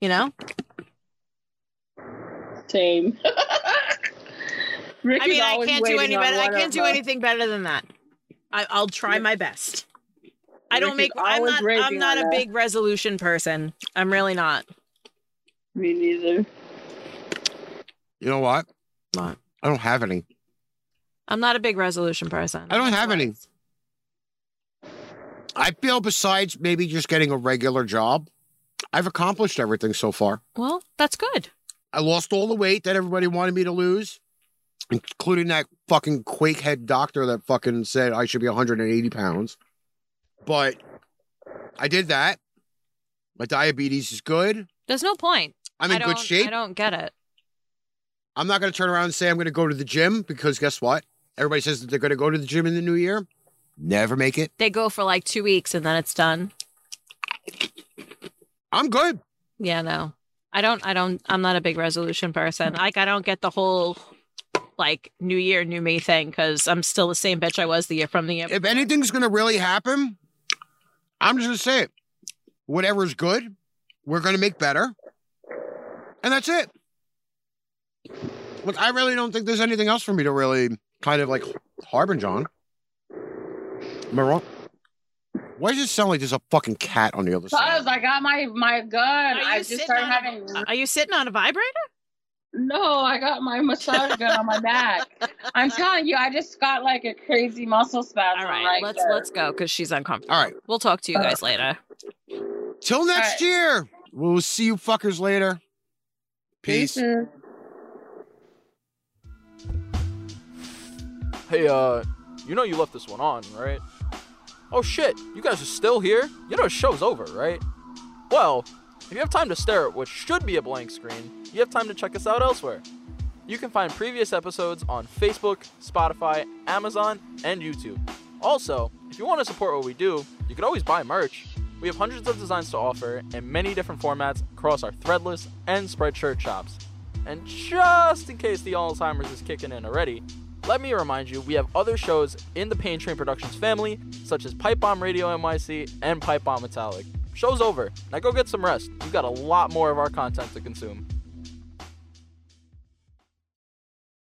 You know?
Same. Rick
I
is
mean, I
always
can't do
waiting
any
on
better. I
one
can't
of
do
us.
anything better than that. I, I'll try
Rick-
my best. I don't
Rick
make.
is
I'm
always
not. I'm
raging
not
on
a
us.
big resolution person. I'm really not.
Me neither.
you know what
What?
i don't have any
I'm not a big resolution person.
I don't have any. I feel besides maybe just getting a regular job, I've accomplished everything so far.
Well, that's good.
I lost all the weight that everybody wanted me to lose. including that fucking quakehead doctor that fucking said I should be 180 pounds. But I did that. My diabetes is good.
There's no point.
I'm
I
in good
don't-
shape.
I don't get it.
I'm not going to turn around and say I'm going to go to the gym because guess what? Everybody says that they're going to go to the gym in the new year. Never make it.
They go for like two weeks and then it's done.
I'm good.
Yeah, no. I don't I don't I'm not a big resolution person. Like I don't get the whole like new year, new me thing because I'm still the same bitch I was the year from the year.
If anything's going to really happen, I'm just going to say it. Whatever's good, we're going to make better. And that's it. Look, I really don't think there's anything else for me to really kind of like harbinge on. Am I wrong? Why does it sound like there's a fucking cat on the other side?
Cause I got my my gun.
you
I just
sitting
started
on a-
having.
Are you sitting on a vibrator?
No, I got my massage gun on my back. I'm telling you, I just got like a crazy muscle spasm.
All
right,
right,
let's
there.
let's go because she's uncomfortable.
All right.
We'll talk to you guys later.
Till next
All
year. We'll see you fuckers later. Peace.
Deuces.
Hey, uh, you know you left this one on, right? Oh shit, you guys are still here? You know the show's over, right? Well, if you have time to stare at what should be a blank screen, you have time to check us out elsewhere. You can find previous episodes on Facebook, Spotify, Amazon, and YouTube. Also, if you want to support what we do, you can always buy merch. We have hundreds of designs to offer in many different formats across our Threadless and Spreadshirt shops. And just in case the Alzheimer's is kicking in already, let me remind you we have other shows in the Pain Train Productions family, such as Pipe Bomb Radio NYC and Pipe Bomb Metallic. Show's over. Now go get some rest. You've got a lot more of our content to consume.